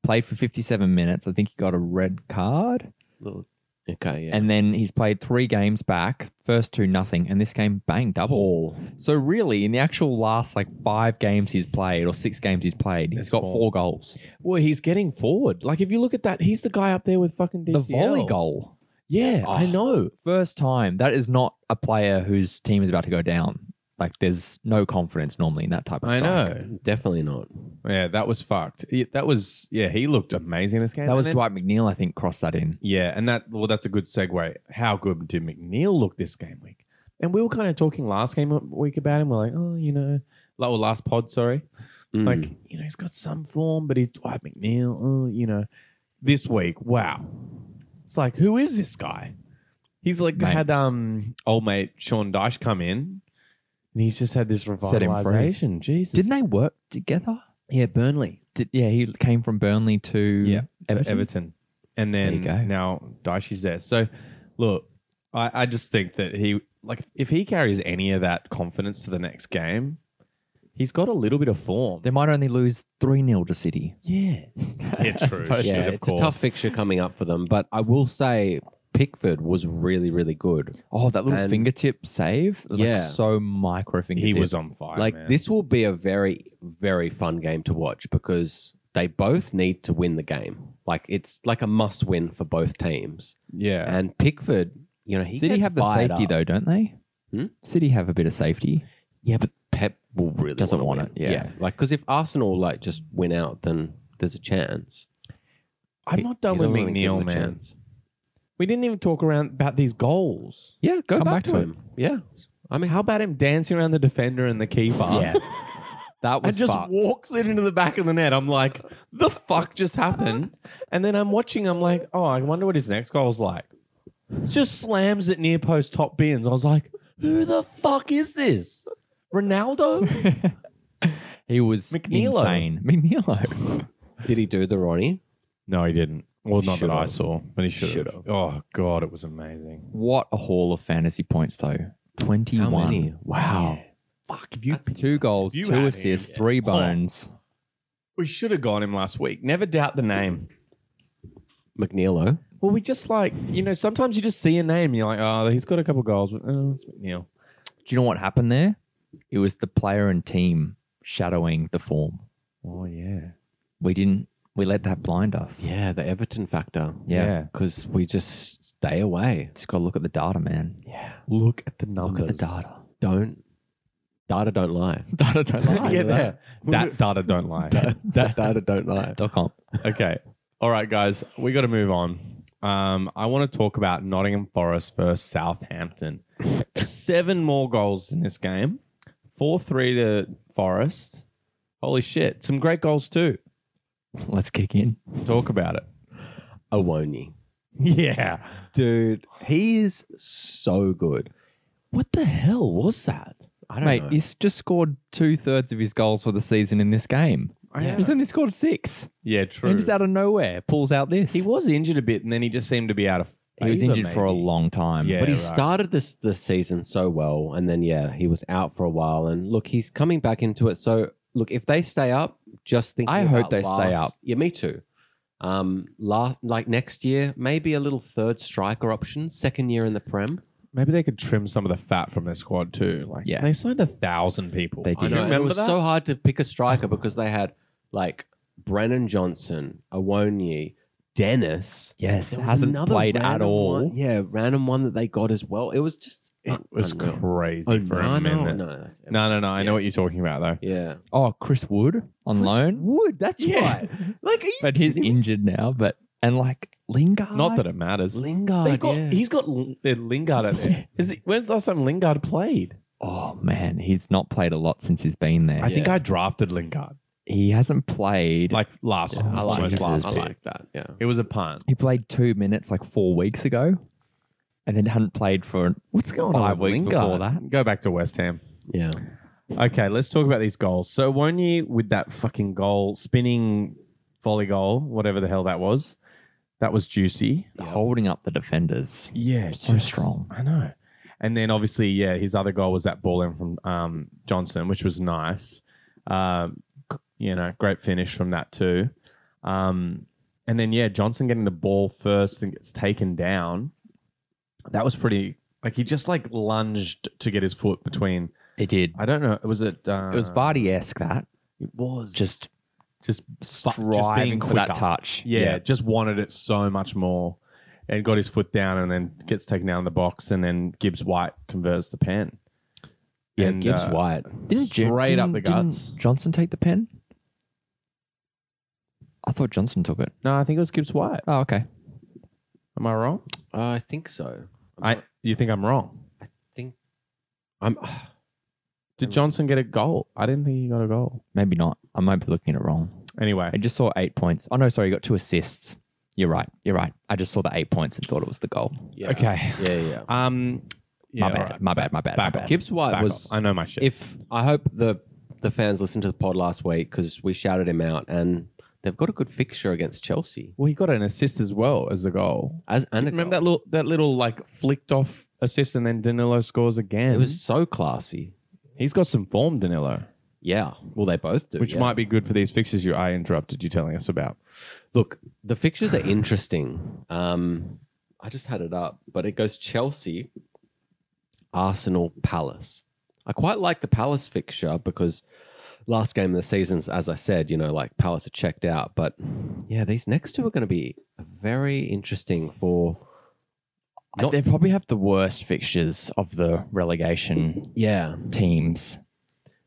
A: Played for 57 minutes. I think he got a red card.
B: Little- Okay. Yeah.
A: And then he's played three games back, first two nothing, and this game bang double.
B: Paul.
A: So really, in the actual last like five games he's played or six games he's played, he's
C: That's
A: got
C: four.
A: four goals.
C: Well, he's getting forward. Like if you look at that, he's the guy up there with fucking DCL.
A: The volley goal.
C: Yeah, I
A: Oh.
C: know.
A: First time. That is not a player whose team is about to go down. Like there's no confidence normally in that type of
C: I
A: strike.
C: know.
B: Definitely not.
C: Yeah, that was fucked. Yeah, That was yeah. He looked amazing in this game.
A: That was
C: And then-
A: Dwight McNeil, I think, crossed that in.
C: Yeah, and that well, that's a good segue. How good did McNeil look this game week? And we were kind of talking last game week about him. We're like, oh, you know, like well, last pod, sorry.
A: Hmm.
B: Mm.
C: Like, you know, he's got some form, but he's Dwight McNeil. Oh, you know, this week, wow. It's like, who is this guy? He's like
A: Mate.
C: had um old mate Sean Dyche come in, and he's just had this
A: Set him free.
C: revitalization. Jesus,
A: Didn't they work together?
C: Yeah, Burnley.
A: Did, yeah, he came from Burnley to
C: Yeah,
A: Everton.
C: Everton. Everton. And then
A: There you go.
C: now Daishi's there. So look, I, I just think that he like if he carries any of that confidence to the next game, he's got a little bit of form.
A: They might only lose 3 0 to City.
C: Yeah. Yeah,
A: As
C: true.
A: opposed
C: Yeah,
A: to-
C: of
B: it's a tough
C: course.
B: fixture coming up for them, but I will say Pickford was really, really good.
A: Oh, that little
B: And-
A: fingertip save. It was
B: Yeah.
A: like so micro
C: He
A: fingertip.
C: was on fire.
B: like
C: man.
B: this will be a very very fun game to watch because they both need to win the game like it's like a must win for both teams
C: Yeah.
B: and pickford you know he
A: City
B: gets
A: have the
B: fired
A: safety
B: up.
A: though, don't they?
B: Hmm?
A: City have a bit of safety.
B: yeah but pep will really
A: Doesn't
B: wanna
A: want
B: win.
A: it, yeah.
B: like because if arsenal like just win out then there's a chance
C: I'm
B: He-
C: not done
B: he
C: with
B: doesn't wanna give
C: McNeil,
B: them a
C: man.
B: chance.
C: We didn't even talk around about these goals.
B: yeah go
A: Come
B: back,
A: back
B: to
A: to
B: him yeah i mean
C: How about him dancing around the defender and the keeper?
A: That
C: and
A: was
C: just
A: fucked.
C: walks it into the back of the net. I'm like, the fuck just happened? And then I'm watching, I'm like, oh, I wonder what his next goal's like. Just slams it near post top bins. I was like, who the fuck is this? Ronaldo?
A: he was
C: McNeilo.
A: insane. McNeilo.
B: Did he do the Ronnie?
C: no, he didn't. Well, not that I
B: Should've.
C: saw, but he should have.
B: Should've.
C: Oh, God, it was amazing.
A: What a haul of fantasy points though.
B: How
A: Twenty-one.
B: many?
A: Wow.
C: Yeah.
A: Fuck. If you two goals,
C: You had
A: two
C: him,
A: assists,
C: yeah.
A: three
C: Oh.
A: bones.
C: We should have gone him last week. Never doubt the name.
B: McNeilo.
C: Well, we just like, you know, sometimes you just see a name and you're like, oh, he's got a couple goals, but oh, it's McNeil.
A: Do you know what happened there? It was the player and team shadowing the form.
C: Oh, yeah.
A: We didn't. We let that blind us.
B: Yeah, the Everton factor.
A: Yeah.
B: Because we just stay away.
A: Just gotta look at the data, man.
B: Yeah.
C: Look at the
A: Look
C: numbers.
A: at the data.
B: Don't. Data don't lie.
A: Data don't lie.
C: yeah,
A: Look at
C: that, that data don't lie.
B: that data don't lie.
A: Dot com.
C: okay. All right, guys, we got to move on. Um, I want to talk about Nottingham Forest versus Southampton. Seven more goals in this game. 4 3 to Forest. Holy shit. Some great goals, too.
A: Let's kick in.
C: Talk about it.
B: Awoni.
C: Yeah.
B: Dude, he is so good.
C: What the hell was that?
B: I don't
A: Mate,
B: know.
A: he's just scored two thirds of his goals for the season in this game.
C: I know.
A: He's only scored six.
C: Yeah, true.
A: And just out of nowhere, pulls out this.
C: He was injured a bit and then he just seemed to be out of.
A: He was
C: favour,
A: injured for a
C: maybe.
A: long time.
C: Yeah.
A: But
B: But he
A: he's
C: right.
B: started this the season so well, and then yeah, he was out for a while. And look, he's coming back into it. So look, if they stay up, just think.
A: I hope they stay up.
B: Yeah, me too. Um, last like next year, maybe a little third striker option, second year in the prem.
C: Maybe they could trim some of the fat from their squad too. Like,
A: Yeah.
C: they signed a thousand people.
A: They
B: I
A: did.
C: Do you
B: know and it
C: remember
B: was
C: that?
B: so hard to pick a striker because they had like Brennan Johnson, Awonyi, Dennis.
A: yes,
B: There was
A: hasn't
B: another
A: played at
B: random
A: all.
B: one- yeah, random one that they got as well. It was just
C: It was
B: unreal.
C: crazy
B: Oh,
C: for
B: no, no,
C: a minute.
B: no, no.
C: No, no, no. I know what you're talking about, though.
B: Yeah.
A: Oh, Chris Wood on loan.
B: Wood, that's
C: right.
B: Like he,
A: But he's injured now. But and like Lingard.
C: Not that it matters.
B: Lingard,
C: They've got,
B: yeah.
C: He's got L- uh, Lingard at there. Is it, when's the last time Lingard played?
A: Oh man, he's not played a lot since he's been there.
C: I think
B: Yeah.
C: I drafted Lingard
A: he hasn't played.
C: like last.
A: Yeah, I like
C: almost
A: his-
C: last
A: I
C: pick.
A: like
B: that. Yeah,
C: It was a punt.
A: he played two minutes like four weeks ago, and then hadn't played for
C: What's going
A: Five
C: on? with
A: weeks
C: Lingard?
A: before that.
C: Go back to West Ham.
B: yeah.
C: Okay, let's talk about these goals. So Wonyi with that fucking goal, spinning volley goal, whatever the hell that was, that was juicy.
A: holding up the defenders.
C: Yeah,
A: So strong.
C: I know. And then obviously, yeah, his other goal was that ball in from um, Johnson, which was nice. Um, c- you know, great finish from that too. Um, and then yeah, Johnson getting the ball first and gets taken down. That was pretty. Like he just like lunged to get his foot between.
A: It did.
C: I don't know. Was it? Uh,
A: It was Vardy esque that
C: It was
A: just
C: just
A: striving for that touch.
C: yeah, just wanted it so much more and got his foot down and then gets taken down in the box and then Gibbs White converts the pen.
B: Yeah,
C: And,
B: Gibbs
C: uh,
B: White.
A: Didn't Jo-
C: straight
A: didn't-
C: up the
A: didn't
C: guts.
A: Johnson take the pen? I thought Johnson took it.
C: No, I think it was Gibbs White.
A: Oh, okay.
C: Am I wrong?
B: Uh, I think so. I'm
C: I
B: not-
C: you think I'm wrong?
B: I think I'm.
C: Did Johnson get a goal? I didn't think he got a goal.
A: Maybe not. I might be looking at it wrong.
C: Anyway,
A: I just saw eight points. Oh no, sorry, you got two assists. You're right. You're right. I just saw the eight points and thought it was the goal.
B: Yeah.
C: okay.
B: Yeah, yeah.
C: Um, yeah,
A: my, bad,
C: alright.
A: my bad. My bad. My
C: Back
A: bad.
C: off.
B: Gibbs White
C: Back
B: was.
C: off. I know my shit.
B: If I hope the the fans listened to the pod last week because we shouted him out, and they've got a good fixture against Chelsea.
C: well, he got an assist as well as the goal.
B: As and a
C: Remember
B: goal.
C: that little that little like flicked off assist and then Danilo scores again.
B: It was so classy.
C: he's got some form, Danilo.
B: Yeah. Well, they both do.
C: which
B: yeah.
C: might be good for these fixes you I interrupted you telling us about.
B: Look, the fixtures are interesting. Um, I just had it up, but it goes Chelsea, Arsenal, Palace. I quite like the Palace fixture because last game of the season's, as I said, you know, like Palace are checked out. But yeah, these next two are going to be very interesting for. Not-
A: they probably have the worst fixtures of the relegation
B: Yeah,
A: teams.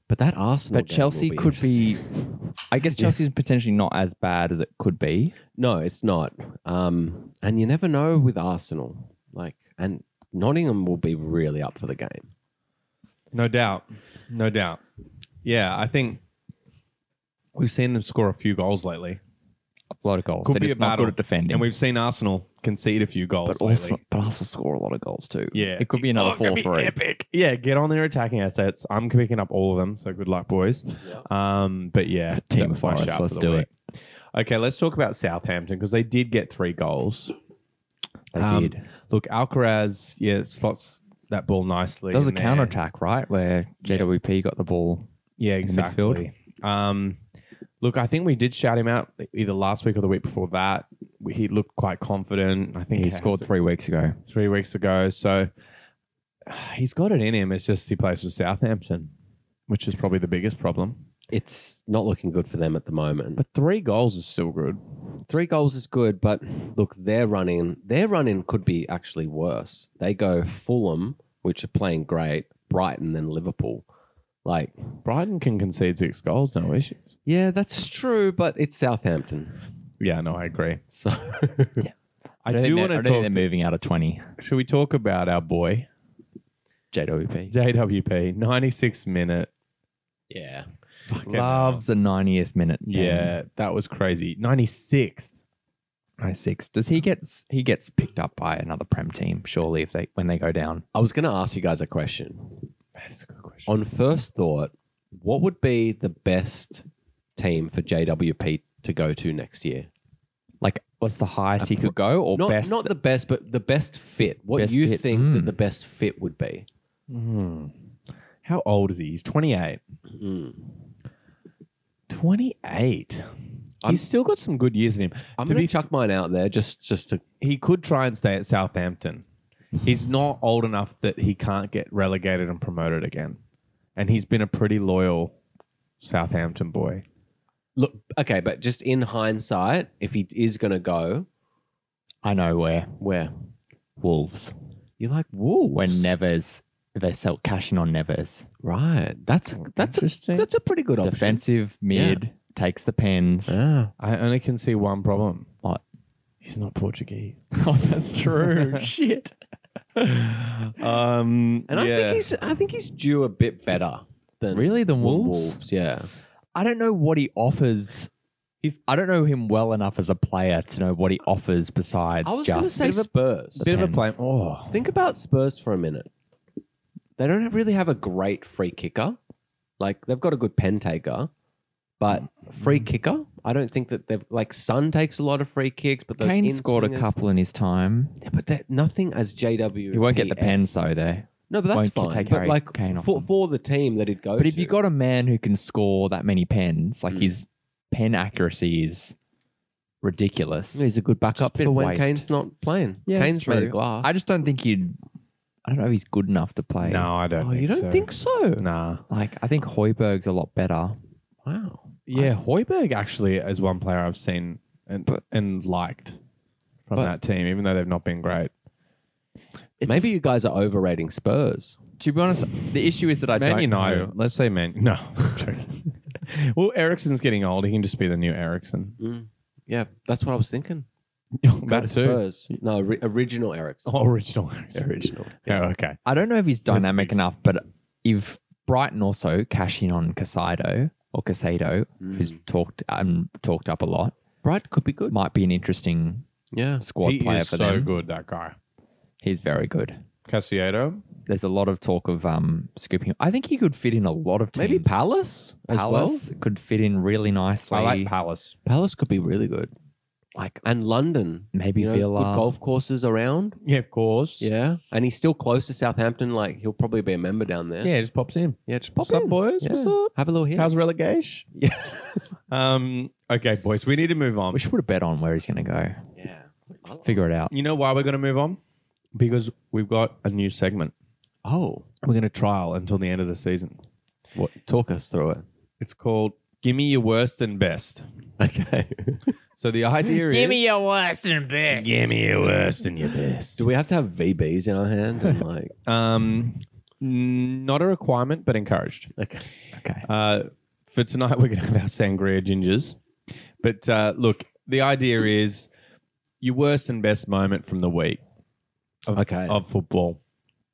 B: but that Arsenal.
A: But
B: game will
A: Chelsea
B: be
A: could be.
B: interesting.
A: I guess Chelsea's potentially not as bad as it could be.
B: No, it's not. Um, and you never know with Arsenal. Like, and Nottingham will be really up for the game.
C: No doubt. No doubt. Yeah, I think We've seen them score a few goals lately,
A: A lot of goals.
C: Could
A: They're
C: be
A: just
C: a
A: not
C: battle.
A: good at defending.
C: and we've seen Arsenal concede a few goals
A: but
C: lately.
A: also, but also score a lot of goals too.
C: Yeah.
A: it could be another
C: Oh,
A: four
C: could be
A: three.
C: Epic. Yeah, get on their attacking assets. I'm picking up all of them, so good luck, boys. Um, but yeah,
A: Team
C: that's my
A: Forest,
C: shout
A: let's
C: for the
A: do
C: week. Okay, let's talk about Southampton because they did get three goals.
A: They
C: Um,
A: did.
C: Look, Alcaraz, yeah, slots that ball nicely.
A: That was a
C: in there.
A: counter attack, right? Where JWP got the ball.
C: Yeah,
A: the midfield.
C: exactly. Um, look, I think we did shout him out either last week or the week before that. We- He looked quite confident. I think
A: He
C: has
A: scored
C: it
A: three weeks ago.
C: three weeks ago. So he's got it in him. It's just he plays for Southampton, which is probably the biggest problem.
B: It's not looking good for them at the moment.
C: But three goals is still good.
B: three goals is good, but look, their run in, their run in could be actually worse. They go Fulham, which are playing great, Brighton, then Liverpool. Like,
C: Brighton can concede six goals, no issues.
B: yeah, that's true, but it's Southampton.
C: Yeah, no, I agree.
B: So
C: I, do
A: think
C: want
A: they're-
C: to
A: I don't
C: talk.
A: think they're moving out of twenty.
C: should we talk about our boy
A: JWP
C: JWP? Ninety-six minute.
B: yeah,
C: Fucking
A: loves a ninetieth minute.
C: hell. Yeah, that was crazy. Ninety-sixth.
A: ninety six. Does he gets he gets picked up by another prem team? Surely, if they when they go down,
B: I was going to ask you guys a question.
C: That's a good question.
B: On first thought, what would be the best team for JWP to go to next year?
A: like what's the highest he could go or
B: Um, Not,
A: best?
B: not the best, but the best fit. Hmm. What
A: Best
B: you
A: fit,
B: think
A: mm.
B: that the best fit would be?
C: How old is he? He's twenty-eight. Twenty-eight.
B: Mm-hmm. I'm-
C: He's still got some good years in him.
B: I'm
C: to
B: going
C: be
B: to chuck mine out there just just to
C: he could try and stay at Southampton. He's not old enough that he can't get relegated and promoted again. And he's been a pretty loyal Southampton boy.
B: Look, okay, but just in hindsight, if he is going to go,
A: I know where
B: where?
A: Wolves.
B: You're like, whoa,
A: When Nevers they sell cashing on Nevers.
B: right? That's that's
C: Interesting.
B: a that's a pretty good option.
A: Defensive mid takes the pens.
B: Ah.
C: I only can see one problem.
A: What?
C: He's not Portuguese.
A: Oh, that's true. Shit.
C: Um,
B: and I think he's I think he's due a bit better than
A: Really, the
B: than
A: Wolves?
B: Yeah,
A: I don't know what he offers. He's, I don't know him well enough as a player to know what he offers besides
B: I was going to
A: just.
B: say Spurs.
C: a bit of a
A: Depends.
C: play. Oh,
B: Think about Spurs for a minute. They don't really have a great free kicker. Like they've got a good pen taker, but free kicker. I don't think that they've like Sun takes a lot of free kicks, but those
A: Kane scored a
B: in-swingers-
A: couple in his time.
B: Yeah, but that nothing as JW.
A: He won't get the pens though, there.
B: No, but that's fine.
A: won't take
B: but
A: Harry
B: like
A: Kane off
B: for,
A: them.
B: for the team that it goes.
A: But if you got a man who can score that many pens, like
B: Mm.
A: his pen accuracy is ridiculous.
B: he's a good
A: Just
B: backup
A: a bit
B: for
A: of
B: when
A: waste.
B: Kane's not playing.
A: Yeah,
B: Kane's
A: it's true.
B: made of glass.
A: I just don't think he'd. I don't know if he's good enough to play.
C: no, I don't
B: oh,
C: think
B: you don't
C: so.
B: think so?
C: Nah.
A: Like I think Hoiberg's a lot better.
B: Wow.
C: Yeah, Hoiberg actually is one player I've seen and,
A: But-
C: and liked from
A: But-
C: that team, even though they've not been great.
A: It's
B: Maybe
A: just-
B: you guys are overrating Spurs.
A: to be honest, the issue is that I
C: Man
A: don't
C: United.
A: know.
C: Let's say Man. No, I'm joking. well, Ericsson's getting old. He can just be the new Ericsson.
B: Yeah, that's what I was thinking.
C: that
B: That's Spurs. No, ori- original Ericsson.
C: Oh, original Ericsson.
B: Original.
C: Oh, okay.
A: I don't know if he's dynamic enough, but if Brighton also cash in on Casado or Casado,
C: Mm.
A: who's talked um, talked up a lot,
B: Bright could be good.
A: might be an interesting
B: Yeah.
A: squad
C: he
A: player
C: is
A: for
C: so
A: them.
C: good. That guy,
A: He's very good.
C: Casiedo.
A: There's a lot of talk of um, scooping. him. I think he could fit in a lot of teams.
B: Maybe Palace as
A: Palace could fit in really nicely.
C: I like Palace.
B: well. Palace could be really good.
A: Like,
B: And London.
A: maybe
B: You know,
A: Villa.
B: good golf courses around.
C: Yeah, of course.
B: Yeah. And he's still close to Southampton. Like, he'll probably be a member down there.
C: Yeah, just pops in.
B: Yeah, just pop
C: What's up,
B: in.
C: boys?
B: Yeah.
C: What's up?
B: Have a little hit.
C: How's relegation?
B: Yeah.
C: um. Okay, boys. We need to move on.
A: We should have bet on where he's going to go.
B: yeah.
A: Figure it out.
C: You know why we're going to move on? Because we've got a new segment.
B: Oh,
C: We're going to trial until the end of the season.
B: what? Talk us through it.
C: It's called "Give Me Your Worst and Best."
B: Okay.
C: So the idea is
A: your worst and best.
C: Give me your worst and your best.
B: Do we have to have VBs in our hand and like?
C: Um, n- not a requirement, but encouraged.
B: Okay.
A: Okay.
C: Uh, for tonight, we're going to have our sangria gingers. But uh, look, the idea is your worst and best moment from the week of,
B: Okay.
C: of football.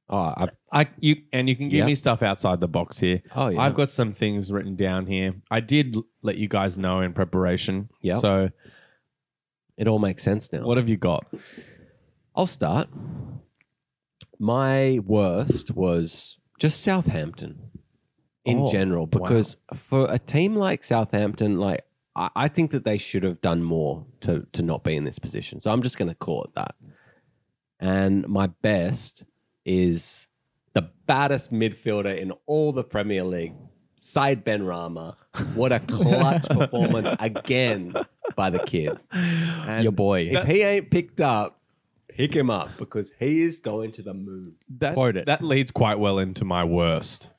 B: Oh, I,
C: I you and you can give
B: Yeah.
C: me stuff outside the box here.
B: oh yeah.
C: I've got some things written down here. I did l- let you guys know in preparation.
B: Yeah.
C: So
B: it all makes sense now.
C: what have you got?
B: I'll start. My worst was just Southampton in
C: Oh,
B: general because for a team like Southampton, like I, I think that they should have done more to to not be in this position. So I'm just going to call it that. And my best is the baddest midfielder in all the Premier League, side Ben Rama. What a clutch performance again by the kid. And
A: Your boy.
B: if he ain't picked up, pick him up because he is going to the moon.
C: That,
A: Quote it.
C: That leads quite well into my worst.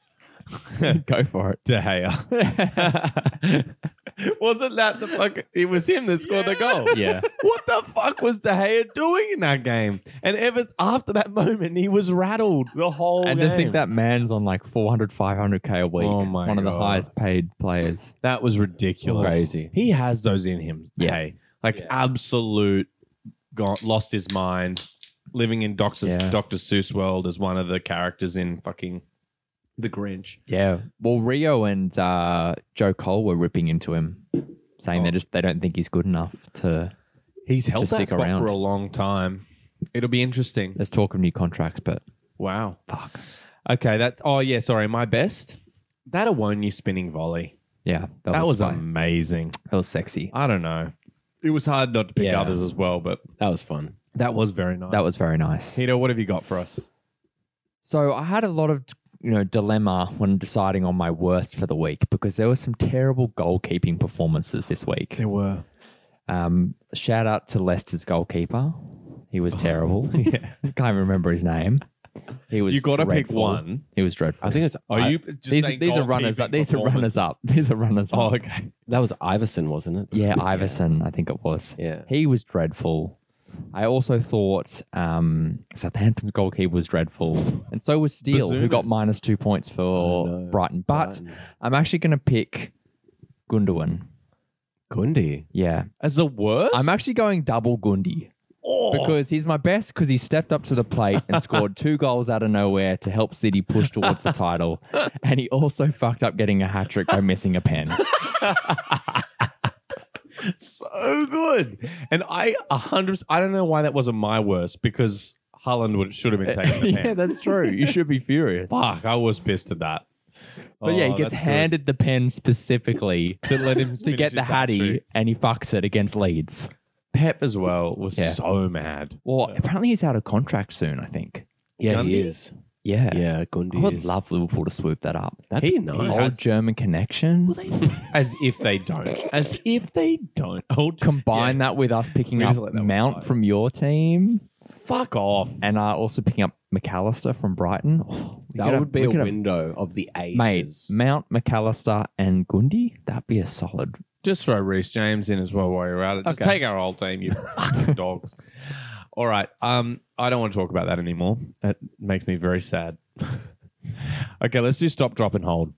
A: Go for it.
C: De Gea. Wasn't that the fuck? It was him that scored the goal.
A: Yeah.
C: What the fuck was De Gea doing in that game? And ever after that moment, he was rattled the whole
A: and
C: game.
A: to think that man's on like 400, 500K a week.
C: Oh my
A: One of the
C: God.
A: highest paid players.
C: That was ridiculous.
B: Crazy.
C: He has those in him.
A: Yeah.
C: Hey, like
B: Yeah.
C: absolute gone, lost his mind. Living in Doctor
A: Yeah.
C: Dr. Seuss world as one of the characters in fucking The Grinch.
A: Yeah. Well, Rio and uh, Joe Cole were ripping into him, saying
C: Oh.
A: they just they don't think he's good enough to.
C: He's held
A: Just
C: that
A: stick
C: spot
A: around.
C: for a long time. It'll be interesting.
A: There's talk of new contracts, but
C: Wow.
A: fuck.
C: Okay, that's oh yeah, sorry, my best. That a one you spinning volley.
A: Yeah,
C: That, was, um,
A: like-
C: amazing.
A: that was sexy.
C: I don't know. It was hard not to pick
B: Yeah.
C: others as well, but
B: That was fun.
C: that was very nice.
A: That was very nice.
C: Tito, what have you got for us?
A: So I had a lot of you know dilemma when deciding on my worst for the week because there were some terrible goalkeeping performances this week.
C: were.
A: Um, shout out to Leicester's goalkeeper. He was terrible. Can't remember his name. He was.
C: You gotta pick
A: dreadful.
C: one.
A: He was dreadful.
B: I think it's
C: Are you just
A: these
C: saying
A: these are runners
C: goalkeeping
A: up. These are runners up. These are runners up.
C: Oh, okay.
B: that was Iverson, wasn't it?
A: Yeah, Iverson, I think it was.
B: Yeah.
A: He was dreadful. I also thought um, Southampton's goalkeeper was dreadful. And so was Steele, who
C: Basuma.
A: got minus two points for
B: I know.
A: Brighton. But
B: Brighton.
A: I'm actually going to pick Gundogan.
B: Gundy.
A: Yeah.
C: As the worst?
A: I'm actually going double Gundy
C: oh,
A: because he's my best because he stepped up to the plate and scored two goals out of nowhere to help City push towards the title. And he also fucked up getting a hat trick by missing a pen.
C: so good. And I a hundred I don't know why that wasn't my worst because Holland would should have been taking the
A: yeah,
C: pen.
A: that's true. You should be furious.
C: Fuck, I was pissed at that. Oh,
A: But
B: Oh,
A: yeah, he gets
C: handed.
A: handed the pen specifically to let him to
C: finish
A: get the
C: his hat
A: Hattie,
C: trick.
A: and he fucks it against Leeds.
C: Pep as well was
A: Yeah.
C: so mad.
A: Well, apparently he's out of contract soon. I think.
B: Yeah,
C: Gundy?
B: he is.
A: Yeah,
B: Yeah, Gundy.
A: I would
B: is.
A: love Liverpool to swoop that up. That
B: That'd be
C: He
B: nice.
A: old
C: has-
A: German connection.
C: As if they don't. As if they don't. Oh, Hold
A: Combine that with us picking
C: We
A: up
C: just let that one
A: Mount
C: slide.
A: from your team,
C: Fuck off.
A: and uh, also picking up McAllister from Brighton. Oh, we could
B: That
A: have-
B: would be
A: we
B: a
A: could have-
B: window of the
A: Mate,
B: ages.
A: Mount McAllister and Gundy, that'd be a solid.
C: Just throw Reese James in as well while you're at it. Just
A: Okay.
C: take our old team, you fucking dogs. All right. Um, I don't want to talk about that anymore. That makes me very sad. okay, let's do stop, drop, and hold.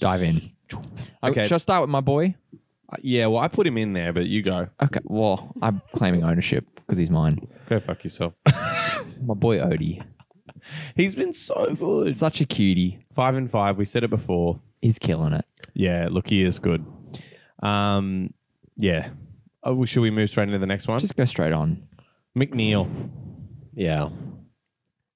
A: Dive in.
C: Okay.
A: Okay, should I start with my boy?
C: Uh, yeah, well, I put him in there, but you go.
A: Okay, well, I'm claiming ownership because he's mine.
C: Go fuck yourself.
A: My boy Odie.
C: He's been so good.
A: Such a cutie.
C: Five and five. We said it before.
A: He's killing it.
C: Yeah, look, he is good. Um, yeah. Oh, well, should we move straight into the next one?
A: Just go straight on.
C: McNeil.
B: yeah.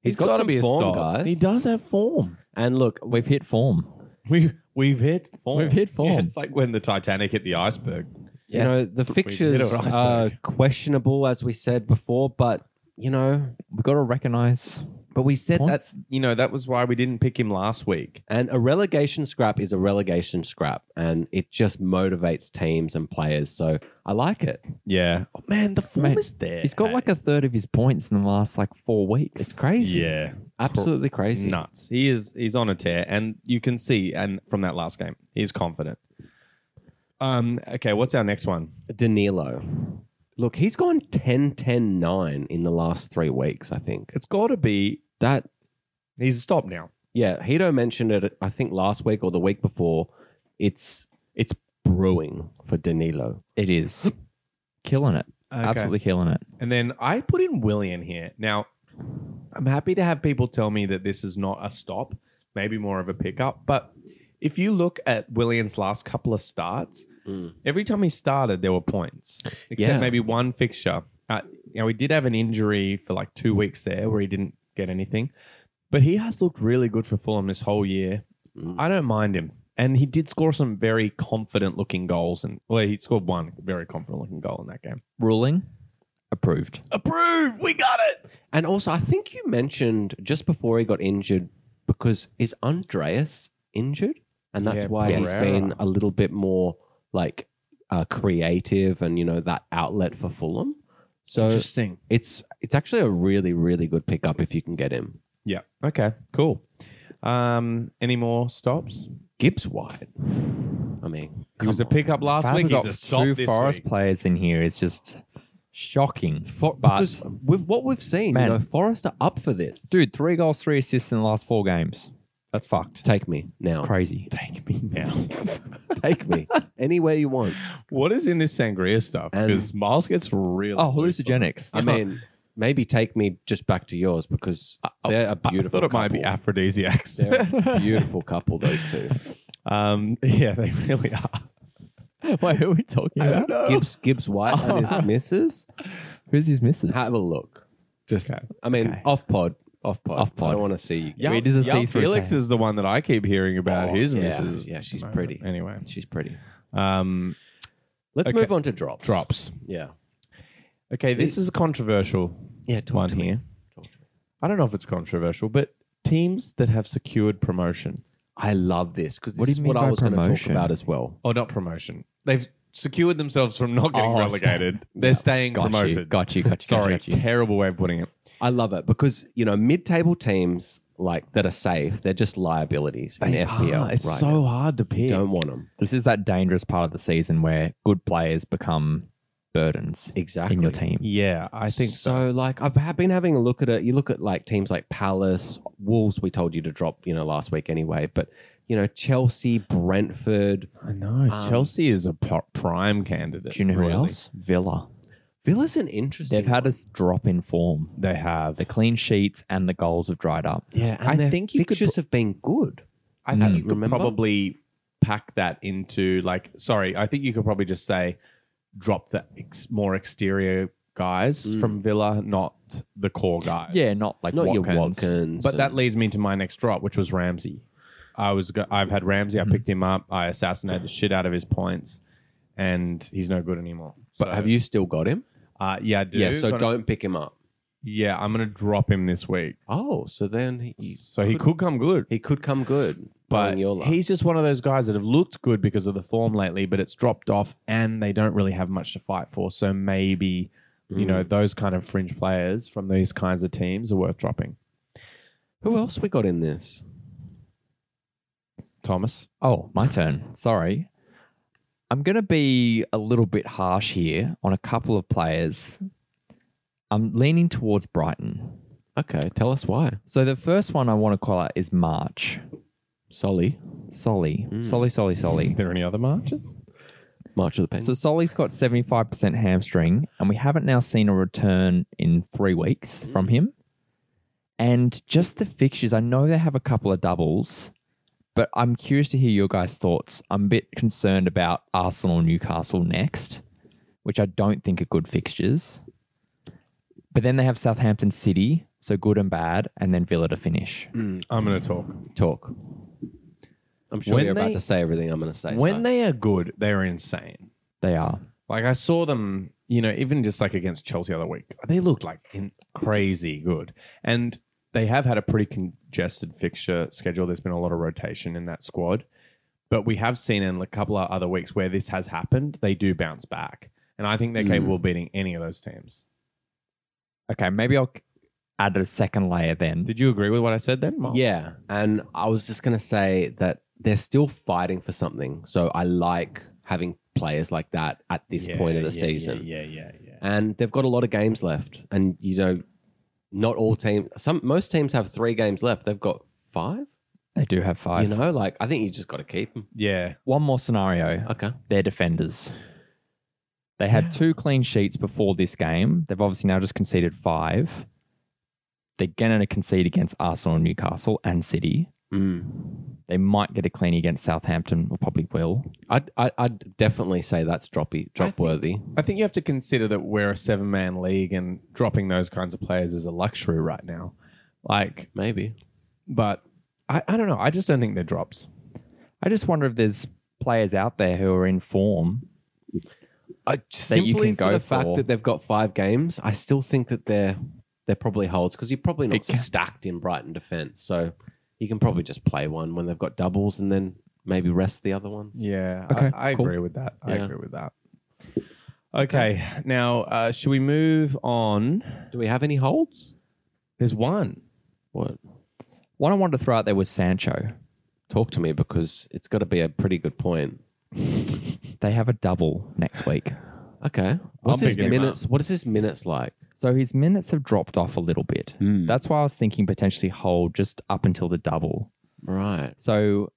C: He's got to be a
B: form,
C: star.
B: guys.
C: He does have form.
B: And look,
A: We've hit form.
C: We we've hit form.
A: We've hit form.
C: Yeah, it's like when the Titanic hit the iceberg.
A: Yeah.
B: you know, the fixtures
C: an iceberg.
B: are questionable, as we said before, but, you know,
A: We've got to recognize.
C: But we said
A: What?
C: that's you know that was why we didn't pick him last week.
B: And a relegation scrap is a relegation scrap, and it just motivates teams and players. So I like it.
C: Yeah. Oh man, the form
A: Mate,
C: is there.
A: He's got like a third of his points in the last like four weeks.
B: It's crazy.
C: yeah,
B: Absolutely crazy.
C: nuts. He is he's on a tear, and you can see and from that last game, he's confident. Um. Okay, what's our next one?
B: Danilo. Look, he's gone 10 10 9 in the last three weeks, I think.
C: It's got to be.
B: That,
C: He's stopped now.
B: yeah, Hito mentioned it, I think, last week or the week before. It's It's brewing for Danilo.
A: It is. Killing it.
C: Okay.
A: Absolutely killing it.
C: And then I put in Willian here. Now, I'm happy to have people tell me that this is not a stop, maybe more of a pickup. But if you look at Willian's last couple of starts,
B: Mm.
C: every time he started, there were points, except
B: Yeah.
C: maybe one fixture. Uh, you know, he did have an injury for like two weeks there where he didn't get anything, but he has looked really good for Fulham this whole year.
B: Mm.
C: I don't mind him. And he did score some very confident looking goals. And well, he scored one very confident looking goal in that game.
A: Ruling approved.
C: Approved. We got it.
B: And also, I think you mentioned just before he got injured because is Andreas injured, and that's
C: Yeah,
B: why he's
C: Pereira.
B: been a little bit more like uh, creative and you know that outlet for Fulham. So
C: Interesting.
B: it's it's actually a really really good pickup if you can get him.
C: Yeah. Okay. Cool. Um, any more stops?
B: Gibbs White. I mean,
C: He was a
B: come on.
C: pickup last
A: Fact,
C: week.
A: we've
C: He's
A: got
C: a stop
A: two
C: this
A: Forest
C: week.
A: players in here. It's just shocking.
B: because
A: but
B: with what we've seen,
A: Man.
B: you know, Forrest are up for this.
A: dude, three goals, three assists in the last four games. That's fucked.
B: Take me now.
A: Crazy.
C: Oh, Take me now.
B: Take me anywhere you want.
C: what is in this sangria stuff?
B: And-
C: Because Miles gets really.
A: Oh, hallucigenics.
B: I mean, maybe take me just back to yours because they're a
C: I
B: beautiful.
C: thought it might be
B: couple.
C: aphrodisiacs.
B: They're a beautiful couple, those two.
C: um, yeah, they really are.
A: Wait, who are we talking about?
B: Gibbs, Gibbs White and his missus.
A: Who's his missus?
B: Have a look.
C: Just
B: I mean,
A: Okay.
B: off pod, off pod.
A: Off pod.
B: I don't want to see you.
A: Wait, does it say through
C: Felix
A: ten?
C: is the one that I keep hearing about.
B: Oh,
C: his
B: yeah.
C: missus.
B: Yeah, she's pretty.
C: Anyway,
B: She's pretty.
C: um,
B: Let's
C: Okay.
B: move on to drops.
C: drops.
B: Yeah.
C: Okay, this is a controversial
B: Yeah.
C: one here. I don't know if it's controversial, but teams that have secured promotion.
B: I love this because this
A: What do you
B: is
A: mean
B: what I
A: by
B: was going to talk
A: promotion?
B: about as well.
C: Oh, not promotion. They've secured themselves from not getting
A: Oh,
C: relegated. They're staying
A: got
C: promoted.
A: you. Got you. Got you. got
C: Sorry,
A: you, got you.
C: terrible way of putting it.
B: I love it because you know mid-table teams like that are safe. They're just liabilities in FPL.
C: it's
B: right
C: so hard to pick.
B: now. don't want them
A: This is that dangerous part of the season where good players become burdens
B: exactly
A: in your team.
C: yeah, I think so.
B: Like I've ha- been having a look at it. You look at like teams like Palace, Wolves. We told you to drop you know last week anyway, but you know Chelsea, Brentford,
C: I know.
B: Um,
C: Chelsea is a p- prime candidate.
A: Do you know who
C: really.
A: else? Villa.
B: Villa's an interesting.
A: They've had a s- drop in form.
C: They have.
A: The clean sheets and the goals have dried up.
B: yeah. And
C: I
B: their
C: think you could
B: fixtures have been good.
C: I think
B: Mm.
C: you could
B: Remember?
C: probably pack that into like. Sorry, I think you could probably just say drop the ex- more exterior guys
B: Mm.
C: from Villa, not the core guys.
A: Yeah, not like
B: Not
A: Watkins.
B: your Watkins,
C: But that
B: and-
C: leads me to my next drop, which was Ramsey. I was go- I've had Ramsey.
B: Mm-hmm.
C: I picked him up. I assassinated the shit out of his points, and he's no good anymore.
B: but
C: So,
B: have you still got him?
C: Uh, yeah, I do.
B: yeah. So
C: Gonna-
B: don't pick him up.
C: Yeah, I'm gonna drop him this week.
B: Oh, so then he
C: So he could come good,
B: he could come good.
C: but
B: knowing your luck.
C: he's just one of those guys that have looked good because of the form lately, but it's dropped off, and they don't really have much to fight for. So maybe you know
B: Mm.
C: those kind of fringe players from these kinds of teams are worth dropping.
B: Who else we got in this?
C: Thomas,
A: Oh, my turn. Sorry. I'm going to be a little bit harsh here on a couple of players. I'm leaning towards Brighton.
B: Okay, tell us why.
A: So the first one I want to call out is March.
B: Solly,
A: Solly. Solly, Solly, Solly.
C: are there any other marches?
B: March of the Penguins.
A: So Solly's got 75% hamstring, and we haven't now seen a return in three weeks
B: Hmm.
A: from him. And just the fixtures, I know they have a couple of doubles, but I'm curious to hear your guys' thoughts. I'm a bit concerned about Arsenal Newcastle next, which I don't think are good fixtures. But then they have Southampton City, so good and bad, and then Villa to finish.
C: I'm gonna talk.
B: talk. I'm sure
C: When
B: you're
C: they-
B: about to say everything I'm going to say.
C: When
B: so-
C: they are good, they are insane.
A: They are.
C: Like I saw them, you know, even just like against Chelsea the other week, they looked like in crazy good. And they have had a pretty congested fixture schedule. There's been a lot of rotation in that squad, but we have seen in a couple of other weeks where this has happened, they do bounce back, and I think they're
B: Mm.
C: capable of beating any of those teams.
A: Okay, maybe I'll add a second layer then.
C: Did you agree with what I said then? Miles?
B: yeah, and I was just going to say that they're still fighting for something. So I like having players like that at this
C: Yeah,
B: point of the
C: yeah,
B: season.
C: Yeah, yeah, yeah. yeah.
B: And they've got a lot of games left, and you know, not all teams. Some most teams have three games left. They've got five.
A: They do have five.
B: You know, like I think you just got to keep them.
C: Yeah.
A: One more scenario.
B: Okay.
A: their defenders. They had two clean sheets before this game. They've obviously now just conceded five. they're going to concede against Arsenal and Newcastle and City.
B: Mm.
A: They might get a clean against Southampton, or probably will.
B: I'd, I- I'd definitely say that's droppy, drop worthy.
C: I think you have to consider that we're a seven man league and dropping those kinds of players is a luxury right now. Like,
B: Maybe.
C: but I, I don't know. I just don't think they're drops.
A: I just wonder if there's players out there who are in form.
B: I,
A: That you
B: simply
A: can
B: for
A: go
B: the fact
A: for-
B: that they've got five games, I still think that they're they're probably holds because you're probably not
A: It can-
B: stacked in Brighton defence. So you can probably just play one when they've got doubles and then maybe rest the other ones.
C: Yeah.
A: Okay,
C: I, I
A: cool.
C: agree with that. I
B: Yeah.
C: agree with that. Okay. Now, uh, should we move on?
B: Do we have any holds?
C: There's one.
B: What?
A: One I wanted to throw out there was Sancho.
B: Talk to me because it's got to be a pretty good point.
A: They have a double next week.
B: Okay. What's his
C: picking him
B: minutes? What is his minutes like?
A: So his minutes have dropped off a little bit. That's why I was thinking potentially hold just up until the double.
B: Right.
A: So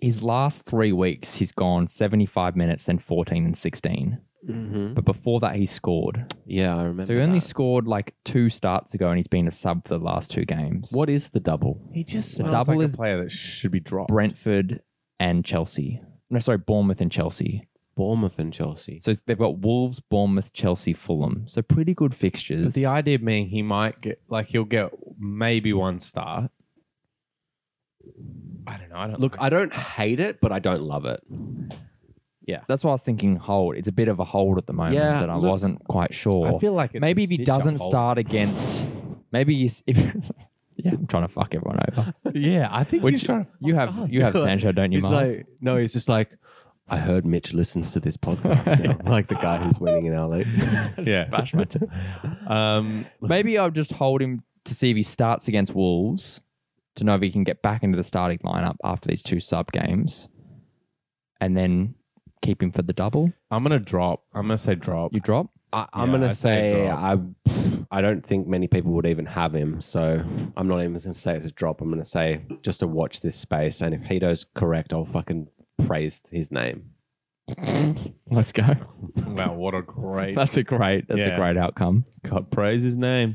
A: his last three weeks, he's gone 75 minutes, then 14 and 16.
B: hmm
A: But before that, he scored.
B: Yeah, I remember.
A: So he only
B: that.
A: scored like two starts ago, and he's been a sub for the last two games.
B: What is the double?
C: He just
A: The
C: smells
A: double
C: like
A: is
C: a player that should be dropped.
A: Brentford and Chelsea. No, sorry, Bournemouth and Chelsea.
B: Bournemouth and Chelsea.
A: So they've got Wolves, Bournemouth, Chelsea, Fulham. So pretty good fixtures.
C: But the idea being he might get like he'll get maybe one start. I don't know. I don't
B: Look, I don't hate it, but I don't love it.
A: That's why I was thinking hold. It's a bit of a hold at the moment
B: Yeah,
A: that I
B: look,
A: wasn't quite sure.
C: I feel like it's
A: maybe
C: a
A: if he
C: stitch up
A: doesn't
C: hole.
A: start against, maybe he's, if yeah, I'm trying to fuck everyone over.
C: Yeah, I think
A: Which
C: he's trying.
A: you have you have Sancho, don't you,
B: He's
A: Miles?
B: like, no, he's just like, I heard Mitch listens to this podcast now. like the guy who's winning in our league.
C: Yeah.
A: Bash my team.
C: Um,
A: maybe I'll just hold him to see if he starts against Wolves to know if he can get back into the starting lineup after these two sub games, and then keep him for the double.
C: I'm gonna drop. I'm gonna say drop.
A: You drop.
B: I, I'm
C: Yeah,
B: gonna
C: I'd say
B: say I, I don't think many people would even have him, so I'm not even gonna say it's a drop. I'm gonna say just to watch this space, and if Hito's correct, I'll fucking praise his name.
A: Let's go.
C: wow, what a great
A: That's a great. That's
C: Yeah.
A: a great outcome.
C: God praise his name.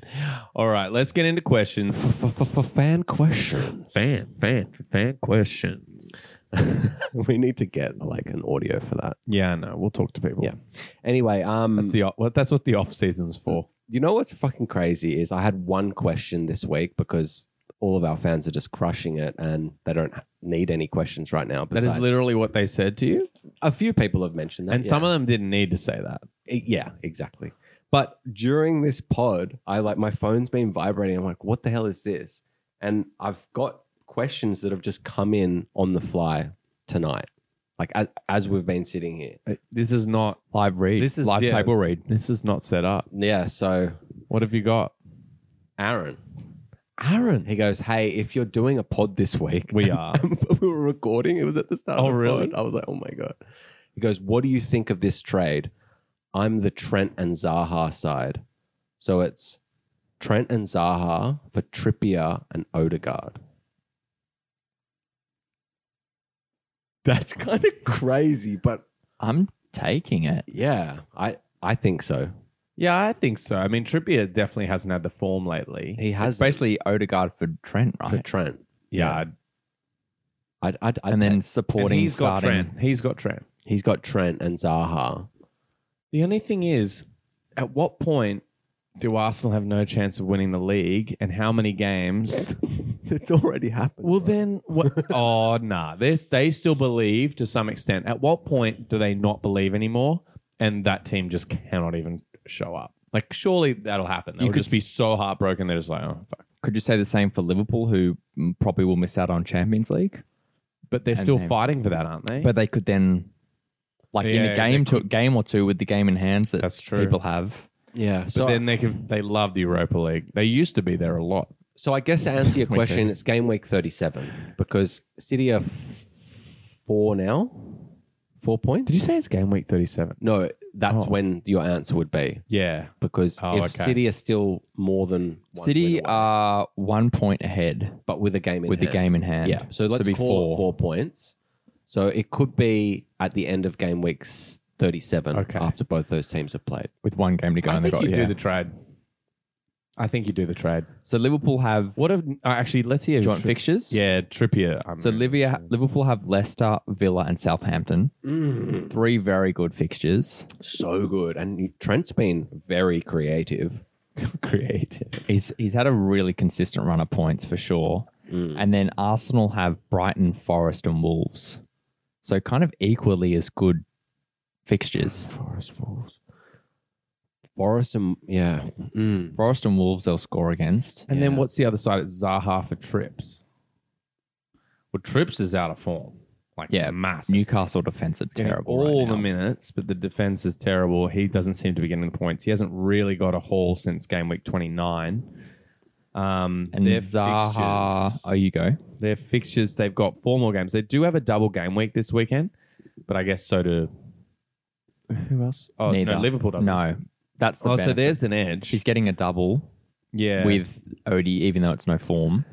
C: All right, let's get into questions.
B: For fan questions,
C: Fan, fan, fan questions.
B: we need to get like an audio for that.
C: Yeah, no, we'll talk to people.
B: Yeah. Anyway, um,
C: That's the o- well, that's what the off season's for.
B: you know what's fucking crazy is I had one question this week because all of our fans are just crushing it and they don't need any questions right now.
C: That
B: Besides,
C: is literally what they said to you,
B: a few people have mentioned that,
C: and
B: yeah.
C: some of them didn't need to say that.
B: yeah, exactly. But during this pod, I like my phone's been vibrating. I'm like, what the hell is this? And I've got questions that have just come in on the fly tonight, like as, as we've been sitting here.
C: Uh, This is not
A: Live read.
C: This is
A: live
C: yeah.
A: table read.
C: This is not set up.
B: Yeah. So
C: What have you got?
B: Aaron, Aaron, he goes, hey, if you're doing a pod this week,
C: We are.
B: we were recording. It was at the start.
C: Oh,
B: of the
C: really?
B: pod. I was like, oh my god. He goes, what do you think of this trade? I'm the Trent and Zaha side, so it's Trent and Zaha for Trippier and Odegaard. That's kind of crazy, but
A: I'm taking it.
B: yeah, I I think so.
C: yeah, I think so. I mean, Trippier definitely hasn't had the form lately.
B: He
A: It's
B: has
A: basically Odegaard for Trent,
B: for
A: right?
B: Trent.
C: yeah, I'd-
B: I'd, I'd, I'd
A: and then
B: take-
C: and
A: supporting
C: he's got
A: starting.
C: Trent. He's got Trent.
B: he's got Trent and Zaha.
C: The only thing is, at what point do Arsenal have no chance of winning the league, and how many games?
B: It's already happened.
C: Well, then, what? oh, nah. They, they still believe to some extent. At what point do they not believe anymore? And that team just cannot even show up. Like, surely that'll happen. They'll
A: You could
C: just be
A: s-
C: so heartbroken. They're just like, oh, fuck.
A: Could you say the same for Liverpool, who mm, probably will miss out on Champions League?
C: But they're
A: And
C: still
A: they-
C: fighting for that, aren't they?
A: But they could then, like in
C: Yeah,
A: a
C: they
A: game to game or two, with the game in hands that
C: That's true.
A: people have.
B: yeah.
C: But then they could, they love the Europa League. They used to be there a lot.
B: So I guess to answer your
A: Me too.
B: question, it's game week 37 because City are f- four now, four points.
C: Did you say it's game week 37?
B: No, that's
C: Oh.
B: when your answer would be
C: Yeah.
B: because
C: Oh,
B: if
C: okay.
B: City are still more than one
A: City
B: win away,
A: are one point ahead
B: but with a game in
A: with the
B: hand.
A: game in hand.
B: yeah. So let's
A: be
B: call
A: four.
B: it four points. So it could be at the end of game week s- 37
C: Okay.
B: after both those teams have played.
A: with one game to go.
C: I
A: and they
C: think
A: got
C: you
A: yeah.
C: do the trade. I think you do the trade.
A: So Liverpool have
C: What if uh, actually? Let's hear
A: joint
C: Tri-
A: fixtures.
C: Yeah, Trippier. I'm
A: So Livia, Liverpool have Leicester, Villa, and Southampton. Three very good fixtures.
B: So good. And Trent's been very creative.
C: creative.
A: He's he's had a really consistent run of points for sure.
B: Mm.
A: And then Arsenal have Brighton, Forest, and Wolves. So kind of equally as good fixtures.
B: Forest Wolves. Forest and yeah. Mm.
A: Forest and Wolves they'll score against.
C: And then
B: Yeah.
C: what's the other side? It's Zaha for Trips. Well, Trips is out of form. Like
A: Yeah,
C: massive.
A: Newcastle defense is
C: Getting
A: terrible.
C: all
A: right
C: the
A: now.
C: minutes, but the defense is terrible. He doesn't seem to be getting the points. He hasn't really got a haul since game week twenty nine. Um,
A: and
C: their
A: Zaha.
C: fixtures-
A: Oh, you go.
C: their fixtures. They've got four more games. They do have a double game week this weekend, but I guess so do. Who else? Oh
A: Neither.
C: no, Liverpool doesn't.
A: No, that's the.
C: Oh, so
A: benefit.
C: there's an edge.
A: He's getting a double
C: yeah,
A: with Odie, even though it's no form.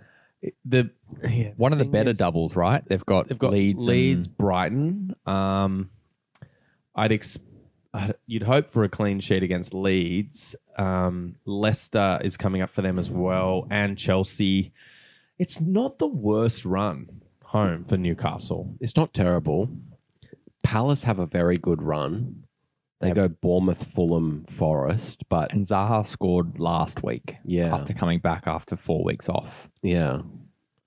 C: the yeah,
A: One of the
C: thing
A: better
C: is,
A: doubles, right? They've got
C: They've got
A: Leeds,
C: Leeds,
A: and-
C: Brighton. Um, I'd, ex- I'd you'd hope for a clean sheet against Leeds. Um, Leicester is coming up for them as well, and Chelsea. It's not the worst run home for Newcastle.
B: It's not terrible. Palace have a very good run. They go Bournemouth, Fulham, Forest, but
A: and Zaha scored last week.
B: Yeah.
A: after coming back after four weeks off.
B: yeah.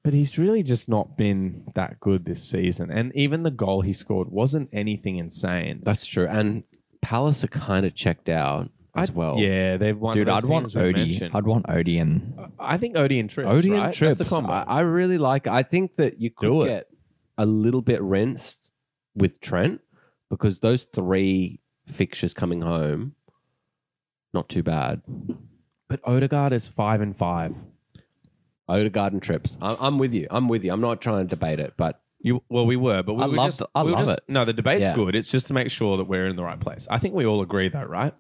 C: But he's really just not been that good this season. And even the goal he scored wasn't anything insane.
B: That's true. And Palace are kind of checked out as well.
C: Yeah, they've won.
A: Dude,
C: those
A: I'd want
C: things we
A: Odie.
C: mentioned.
A: I'd want Odie and
C: I think Odie and Trips.
B: Odie
C: right?
B: and
C: That's
B: Trips.
C: a combo.
B: I, I really like. I think that you
C: Do
B: could
C: it.
B: get a little bit rinsed with Trent because those three fixtures coming home, not too bad.
C: but Odegaard is five and five.
B: Odegaard and Trips. I, I'm with you. I'm with you. I'm not trying to debate it, but
C: You well, we were, but we
A: I
C: were
A: love
C: just,
A: th- I
C: we were
A: love
C: just-
A: it.
C: No, the debate's
B: Yeah.
C: good. It's just to make sure that we're in the right place. I think we all agree, though, right?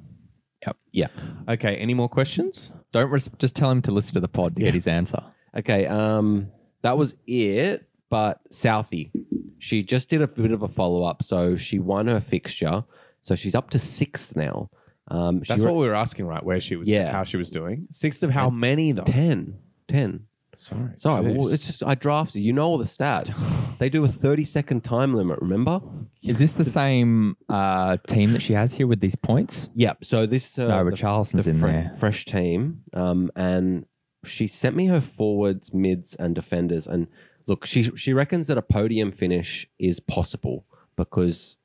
B: yeah.
C: Okay. Any more questions?
A: don't res- just tell him to listen to the pod to get his answer.
B: Okay. Um, that was it. But Southie, she just did a bit of a follow up. So she won her fixture. So she's up to sixth now. Um, she
C: That's
B: were-
C: what we were asking, right? Where she was,
B: Yeah.
C: how she was doing. Sixth of how many though?
B: 10. 10.
C: Sorry,
B: Sorry, well,
C: Jeez.
B: it's just I drafted. You know all the stats. they do a thirty-second time limit. Remember?
A: Is this the same uh, team that she has here with these points?
B: Yep. So this uh,
A: No,
B: the-
A: Richarlison's
B: the
A: in
B: fre-
A: there.
B: Fresh team, um, and she sent me her forwards, mids, and defenders. And look, she she reckons that a podium finish is possible because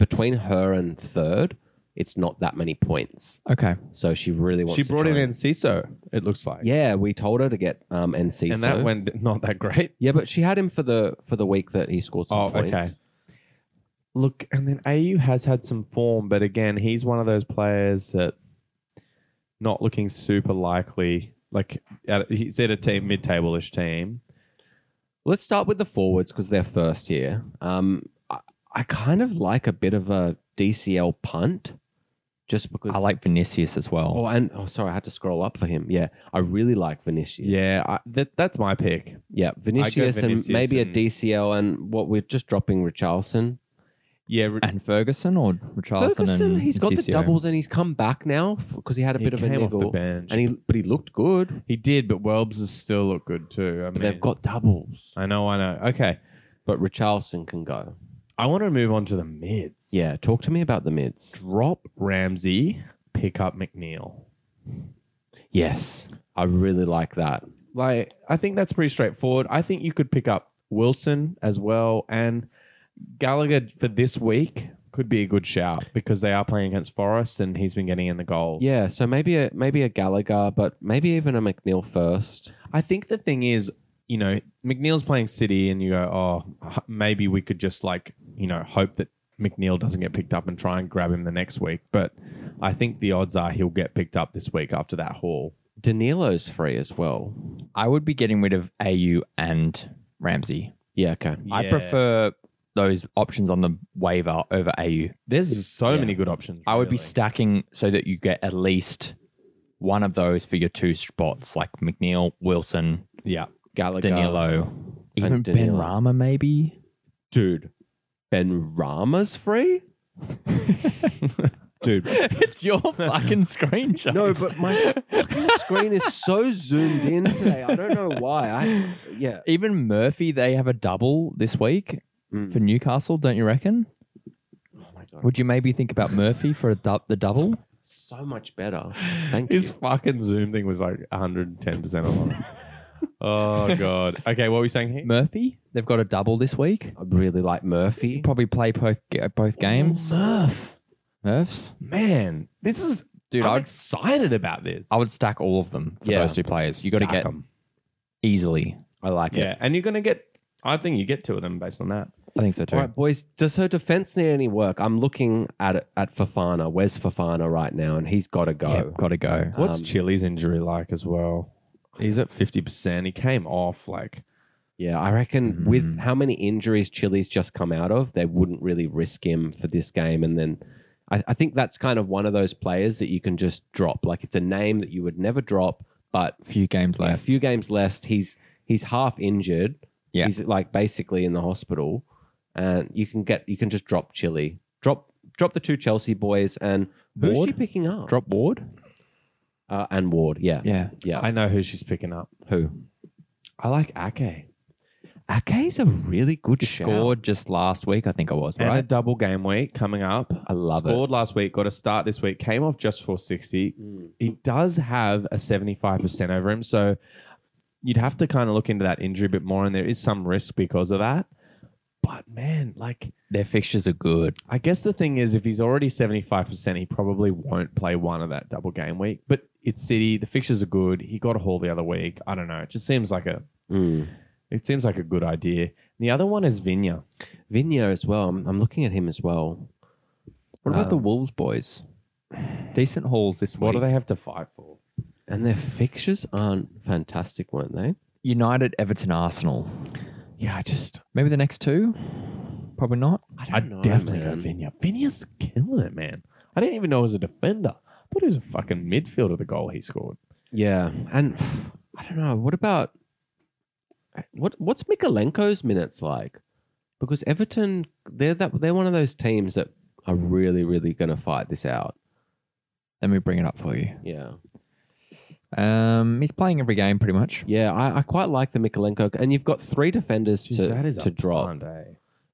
B: between her and third, it's not that many points.
A: Okay,
B: So she really wants.
C: she
B: to
C: brought
B: try
C: in
B: and-
C: Enciso. It looks like.
B: Yeah, we told her to get um, NC.
C: And that went not that great.
B: Yeah, but she had him for the for the week that he scored some
C: Oh,
B: points.
C: okay. Look, and then AU has had some form, but again, he's one of those players that not looking super likely. Like at, he's at a team mid-table-ish team.
B: Let's start with the forwards because they're first here. Um, I, I kind of like a bit of a DCL punt, just because
A: I like Vinicius as
B: Oh,
A: well.
B: and oh, sorry, I had to scroll up for him. Yeah, I really like Vinicius.
C: Yeah, I, that, that's my pick.
B: yeah, Vinicius,
C: Vinicius
B: and maybe
C: and-
B: a DCL, and what we're just dropping Richarlison.
C: Yeah, re-
A: and Ferguson or Richarlison
B: Ferguson,
A: and
B: he's got the
A: Enciso?
B: doubles, and he's come back now because he had a
C: he
B: bit of a
C: came off the
B: niggle,
C: bench.
B: and he but he looked good.
C: He did, but Welbs has still looked good too. I
B: But
C: mean,
B: they've got doubles,
C: I know, I know. Okay,
B: but Richarlison can go.
C: I want to move on to the mids.
B: Yeah, talk to me about the mids.
C: drop Ramsey, pick up McNeil.
B: Yes, I really like that.
C: Like, I think that's pretty straightforward. I think you could pick up Wilson as well, and Gallagher for this week could be a good shout because they are playing against Forest, and he's been getting in the goals.
B: Yeah, so maybe a maybe a Gallagher, but maybe even a McNeil first.
C: I think the thing is, you know, McNeil's playing City, and you go, oh, h- maybe we could just like, you know, hope that McNeil doesn't get picked up and try and grab him the next week. But I think the odds are he'll get picked up this week after that haul.
B: Danilo's free as well.
A: I would be getting rid of AU and Ramsey.
B: Yeah, okay.
A: I
C: Yeah.
A: prefer those options on the waiver over AU.
C: There's so
B: Yeah.
C: many good options.
A: I would be
C: really.
A: stacking so that you get at least one of those for your two spots, like McNeil, Wilson,
C: yeah,
B: Gallagher, uh,
A: Danilo, even
B: And
A: Ben
B: Danilo.
A: Rama, maybe.
B: dude. Ben Rama's free. dude.
A: it's your fucking screenshot.
B: No, but my fucking screen is so zoomed in today. I don't know why. I yeah.
A: even Murphy, they have a double this week
B: Mm.
A: for Newcastle, don't you reckon?
B: Oh my god.
A: Would you maybe think about Murphy for a du- the double?
B: so much better. Thank
C: His
B: you.
C: fucking Zoom thing was like 110% along. oh, God. Okay, what were we saying here?
A: Murphy, they've got a double this week.
B: I really like Murphy.
A: Probably play both both games.
C: Murph.
A: Murphs,
C: Man, this is.
A: dude,
C: I'm
A: I'd,
C: excited about this.
A: I would stack all of them for
B: Yeah.
A: those two players. You got to
B: Stack
A: get
B: 'em.
A: easily.
B: I like it.
C: Yeah, and you're going to get. I think you get two of them based on that.
A: I think so too.
B: All right, boys. Does her defense need any work? I'm looking at at Fafana. Where's Fafana right now? And he's got to go.
A: Yeah, got to go.
C: What's
B: Um,
C: Chili's injury like as well? He's at 50%. He came off like.
B: Yeah, I reckon with
A: Mm.
B: how many injuries Chile's just come out of, they wouldn't really risk him for this game. And then I, I think that's kind of one of those players that you can just drop. Like it's a name that you would never drop, but
A: Few games
B: a
A: left.
B: few games left. He's he's half injured.
A: Yeah.
B: he's like basically in the hospital, and you can get you can just drop Chile, drop drop the two Chelsea boys, and who's
A: Ward?
B: she picking up?
A: Drop Ward.
B: uh, and Ward. Yeah,
A: Yeah.
B: yeah.
C: I know who she's picking up.
B: Who?
C: I like Ake.
B: Ake's a really good score.
A: Scored just last week, I think I was
C: And a
A: right.
C: double game week coming up.
B: I love it.
C: Scored last week, got a start this week, came off just 460.
A: Mm.
C: He does have a 75% over him. So you'd have to kind of look into that injury a bit more. And there is some risk because of that. But man, like,
A: Their fixtures are good.
C: I guess the thing is, if he's already 75%, he probably won't play one of that double game week. But it's City. The fixtures are good. He got a haul the other week. I don't know. It just seems like a.
B: Mm.
C: It seems like a good idea. And the other one is Vinya.
B: Vinya as well. I'm, I'm looking at him as well.
A: What about
B: Um,
A: the Wolves boys? Decent hauls this week.
C: Uh, What do they have to fight for?
B: And their fixtures aren't fantastic, weren't they?
A: United, Everton, Arsenal.
C: Yeah, I just
A: Maybe the next two? Probably not.
B: I
C: I'd definitely go Vinya. Vinya's killing it, man. I didn't even know he was a defender. I thought he was a fucking midfielder, the goal he scored.
B: Yeah, and I don't know. What about what? What's Mikalenko's minutes like? Because Everton, they're that they're one of those teams that are really, really going to fight this out.
A: Let me bring it up for you.
B: Yeah,
A: Um, he's playing every game pretty much.
B: yeah. I, I quite like the Mikalenko, and you've got three defenders to to drop.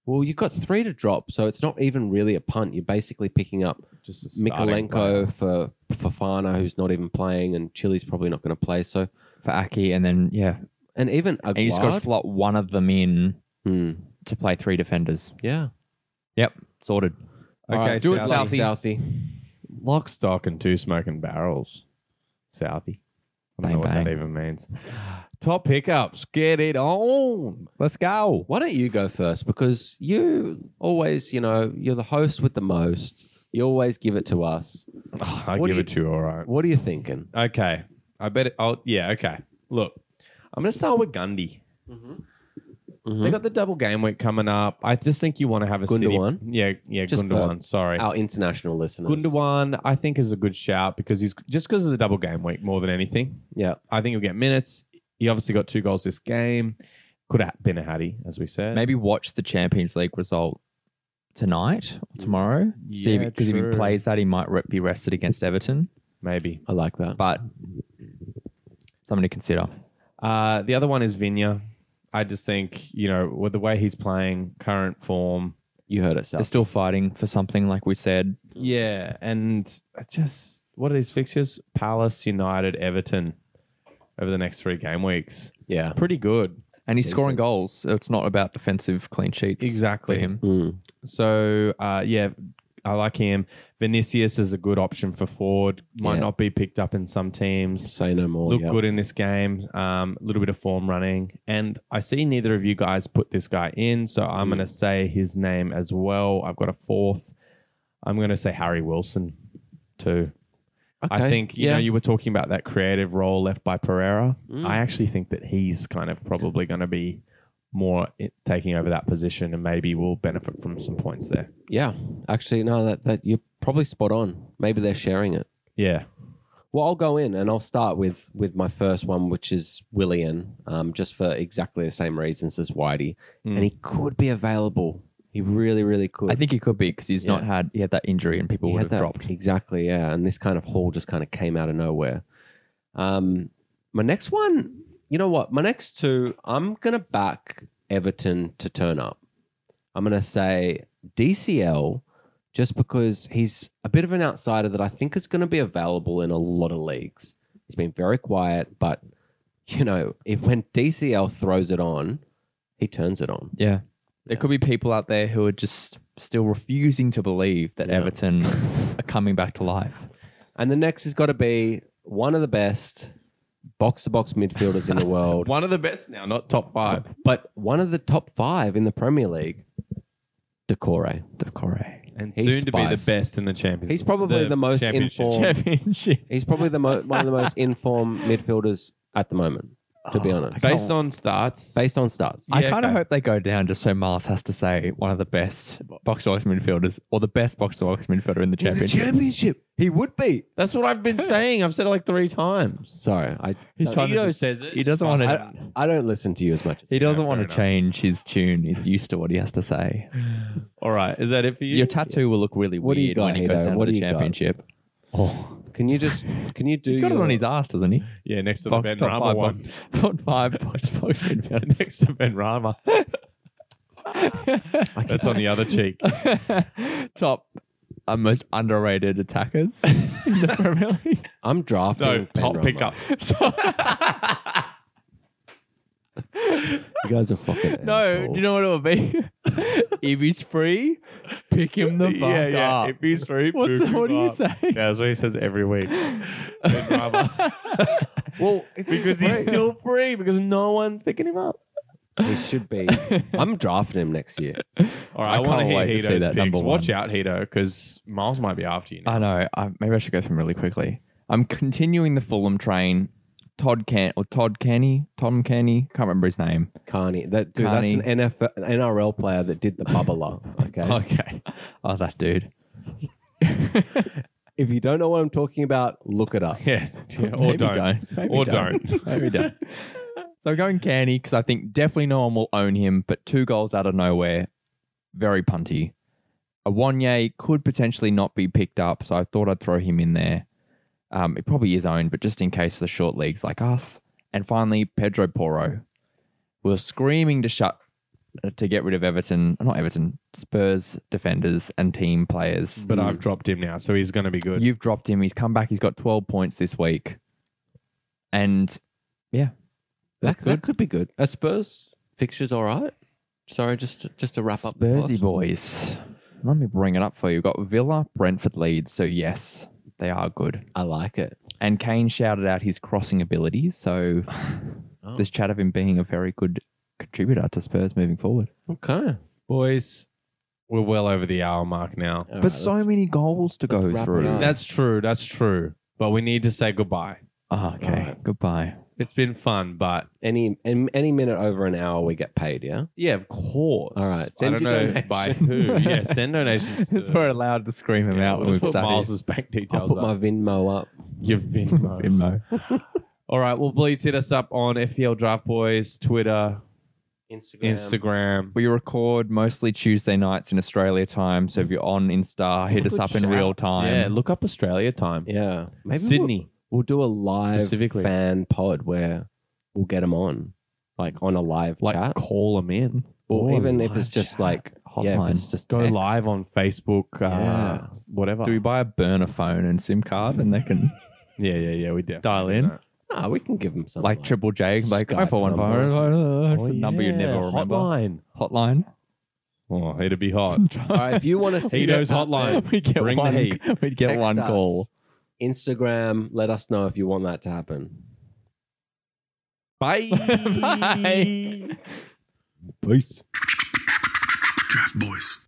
B: Well, you've got three to drop, so it's not even really a punt. You're basically picking up
C: Just a starting player.
B: Mikalenko for Fafana, who's not even playing, and Chile's probably not going to play. So,
A: For Aki, and then, yeah.
B: and even
A: And you just got to
B: Aguard,
A: slot one of them in
B: Hmm,
A: to play three defenders.
B: yeah,
A: Yep. Sorted.
C: Okay,
B: Alright, do it,
A: Southie.
B: Southie. Southie.
C: Lock, stock, and two smoking barrels. Southie. I don't
A: Bang,
C: know what that
A: bang.
C: even means. Top pickups. Get it on.
A: Let's go.
B: Why don't you go first? Because you always, you know, you're the host with the most. You always give it to us.
C: I
B: What do
C: give
B: you-
C: it to you, all right.
B: What are you thinking?
C: Okay. I bet it. Oh, yeah. Okay. Look, I'm going to start with Gundy. They
B: Mhm.
C: got the double game week coming up. I just think you want to have a City-
B: Gundogan?
C: Yeah, yeah,
B: Just for
C: Gundogan. Sorry,
B: Our international listeners.
C: Gundogan. I think is a good shout because he's just because of the double game week more than anything.
B: Yeah.
C: I think he'll get minutes. He obviously got two goals this game. Could have been a hattie, as we said.
A: Maybe watch the Champions League result tonight or tomorrow. See
C: Yeah,
A: if, because if he
C: true.
A: plays that, he might re- be rested against Everton.
C: maybe.
B: I like that.
A: But something to consider.
C: Uh, the other one is Vinya. I just think you know with the way he's playing, current form.
B: You heard it,
A: They're
B: South.
A: still fighting for something, like we said.
C: Yeah, and I just what are these fixtures? Palace, United, Everton over the next three game weeks.
B: Yeah.
C: Pretty good.
A: And he's scoring goals. So it's not about defensive clean sheets.
C: Exactly.
A: For him.
B: Mm.
C: So uh, yeah, I like him. Vinicius is a good option for Ford. Might
B: Yeah.
C: not be picked up in some teams.
B: Say no more.
C: Look
B: yeah.
C: good in this game. um, A little bit of form running, and I see neither of you guys put this guy in, so I'm
B: Hmm.
C: going to say his name as well. I've got a fourth. I'm going to say Harry Wilson, too. I
B: Okay,
C: think you
B: yeah.
C: know you were talking about that creative role left by Pereira.
B: Mm.
C: I actually think that he's kind of probably going to be more i- taking over that position, and maybe we'll benefit from some points there.
B: Yeah. Actually, no, that, that you're probably spot on. Maybe they're sharing it.
C: Yeah,
B: Well, I'll go in and I'll start with with my first one, which is Willian, um, just for exactly the same reasons as Whitey.
C: Mm.
B: And he could be available. He really, really could.
A: I think he could be because he's not
B: Yeah.
A: had he had that injury and people
B: He
A: would
B: had
A: have
B: that-
A: dropped.
B: Exactly, yeah. And this kind of haul just kind of came out of nowhere. Um, my next one, you know what? My next two, I'm gonna back Everton to turn up. I'm gonna say DCL just because he's a bit of an outsider that I think is gonna be available in a lot of leagues. He's been very quiet, but you know, if when DCL throws it on, he turns it on.
A: Yeah. There
B: Yeah.
A: could be people out there who are just still refusing to believe that
B: Yeah.
A: Everton are coming back to life.
B: And the next has got to be one of the best box to box midfielders in the world,
C: One of the best now, not top five.
B: but one of the top five in the Premier League, Decore.
A: Decore.
C: And
B: He's
C: soon to be the
B: spice.
C: best in the Champions.
B: He's probably the most
C: Championship.
B: informed-
A: Championship.
B: He's probably the mo- one of the most informed midfielders at the moment, to be
A: Oh,
B: honest,
C: Based on starts,
B: based on starts.
A: I
C: Yeah,
A: kind of
C: okay.
A: hope they go down just so Mars has to say one of the best box to box midfielders or the best box to box midfielder in the championship.
B: championship. He would be.
C: that's what I've been saying. I've said it like three times.
B: Sorry, I,
A: He's trying
C: Tito
A: to,
C: says it.
A: he doesn't want
B: I
A: to
B: I don't listen to you as much. As
A: he doesn't
C: fair
A: want
C: enough.
A: to change his tune. He's used to what he has to say.
C: All right, is that it for you?
A: Your tattoo will look really
B: What do you
A: weird
B: got,
A: when he
B: Hito?
A: goes down
B: What
A: to
B: do
A: the
B: you got?
A: championship.
B: oh, can you just can you do?
A: He's got it
B: your-
A: on his ass, doesn't he?
C: yeah, next to the
A: Box-
C: Ben
A: top
C: Rama
A: five
C: one.
A: box- top five box to box midfielders.
C: next to Ben Rama. That's on the other cheek.
A: top uh, most underrated attackers in the Premier League.
B: I'm drafting.
C: No,
B: Ben
C: top
B: Rama.
C: pickup.
A: So-
B: You guys are fucking.
A: no, do you know what it will be? if he's free, pick him the fuck
C: yeah, yeah.
A: up.
C: If he's free,
A: What's
C: boot him
A: what do you
C: up.
A: say?
C: Yeah, that's what he says every week. Ben Rama.
B: Well,
C: because he's still free because no one's picking him up.
B: He should be. I'm drafting him next year.
C: All right, I,
A: I
C: want to
A: can't
C: hear
A: wait to see
C: Hito's
A: that
C: picks.
A: number
C: Watch
A: one.
C: out, Hito, because Miles might be after you. Now.
A: I know. I, maybe I should go through them really quickly. I'm continuing the Fulham train. Todd Can or Todd Canny, Tom Canny, can't remember his name.
B: Carney, that dude,
A: Carney.
B: that's an NFL, an NRL player that did the bubbler. Okay,
A: Okay. Oh, that dude.
B: if you don't know what I'm talking about, look it up.
C: Yeah, yeah, or
A: Maybe
C: don't,
A: Maybe
C: or don't.
A: Maybe don't. So I'm going Canny because I think definitely no one will own him, but two goals out of nowhere, very punty. A Wanye could potentially not be picked up, so I thought I'd throw him in there. Um, it probably is owned, but just in case for the short leagues like us. And finally, Pedro Poro. We were screaming to shut to get rid of Everton, not Everton, Spurs defenders and team players.
C: But I've dropped him now, so he's going to be good.
A: You've dropped him. He's come back. He's got 12 points this week. And yeah,
B: That, that could be good. Are Spurs fixtures all right? Sorry, just just to wrap up. the
A: Spursy
B: pod.
A: boys. Let me bring it up for you. We've got Villa, Brentford, Leeds. So yes, they are good.
B: I like it.
A: And Kane shouted out his crossing ability. So this chat of him being a very good contributor to Spurs moving forward.
B: Okay, All
C: Boys, we're well over the hour mark now.
B: right,
A: but so
B: let's-
A: many goals to go
B: let's wrap it
A: through.
B: up.
A: That-
C: That's true. That's true. But we need to say goodbye.
A: Ah, okay.
B: Alright.
A: Goodbye.
C: It's been fun, but
B: any in, any minute over an hour, we get paid. Yeah.
C: yeah, of course.
B: All right, send
C: Send I don't
B: your
C: know
B: donations.
C: by who. Yeah, send donations. to-
A: allowed to scream
C: Yeah, we'll just put Miles's bank
B: I'll
C: details
B: put
C: up.
B: my Venmo up.
C: Your Venmo.
A: Venmo.
C: All right. Well, please hit us up on FPL Draft Boys, Twitter,
B: Instagram.
C: Instagram.
A: We record mostly Tuesday nights in Australia time. So if you're on Insta, hit us
B: Good
A: up in
B: shout.
A: real time.
C: Yeah, look up Australia time.
B: Yeah. Maybe we'll-
C: Sydney.
B: We'll do a live
C: Specifically.
B: fan pod where we'll get them on, like on a live
C: like
B: chat,
C: call them in.
B: or
A: or
B: even
A: a
B: if it's
A: live
B: just
A: chat.
B: like yeah, if
A: Hotline.
B: it's just
C: Go
B: text.
C: live on Facebook. Uh,
B: Yeah.
C: Whatever.
A: Do we buy a burner phone and SIM card and they can
C: yeah, yeah, yeah. We definitely
A: Dial
C: do
A: in.
C: that.
B: Nah, we can give them something.
A: like Triple J and be like, I
B: Skype
A: for one
B: number or
A: phone. It's
C: Oh,
A: a number you
C: yeah,
A: never remember.
C: Hotline.
A: Hotline.
C: Oh, it'd be hot.
B: All right, if you want to see
C: Hito's
B: us out there,
C: hotline.
A: we get
C: Bring the
A: one.
C: heat.
A: We'd get
B: text
A: one
B: us.
A: call.
B: Instagram. Let us know if you want that to happen.
C: Bye.
A: Bye.
B: Peace.
D: Draft Boys.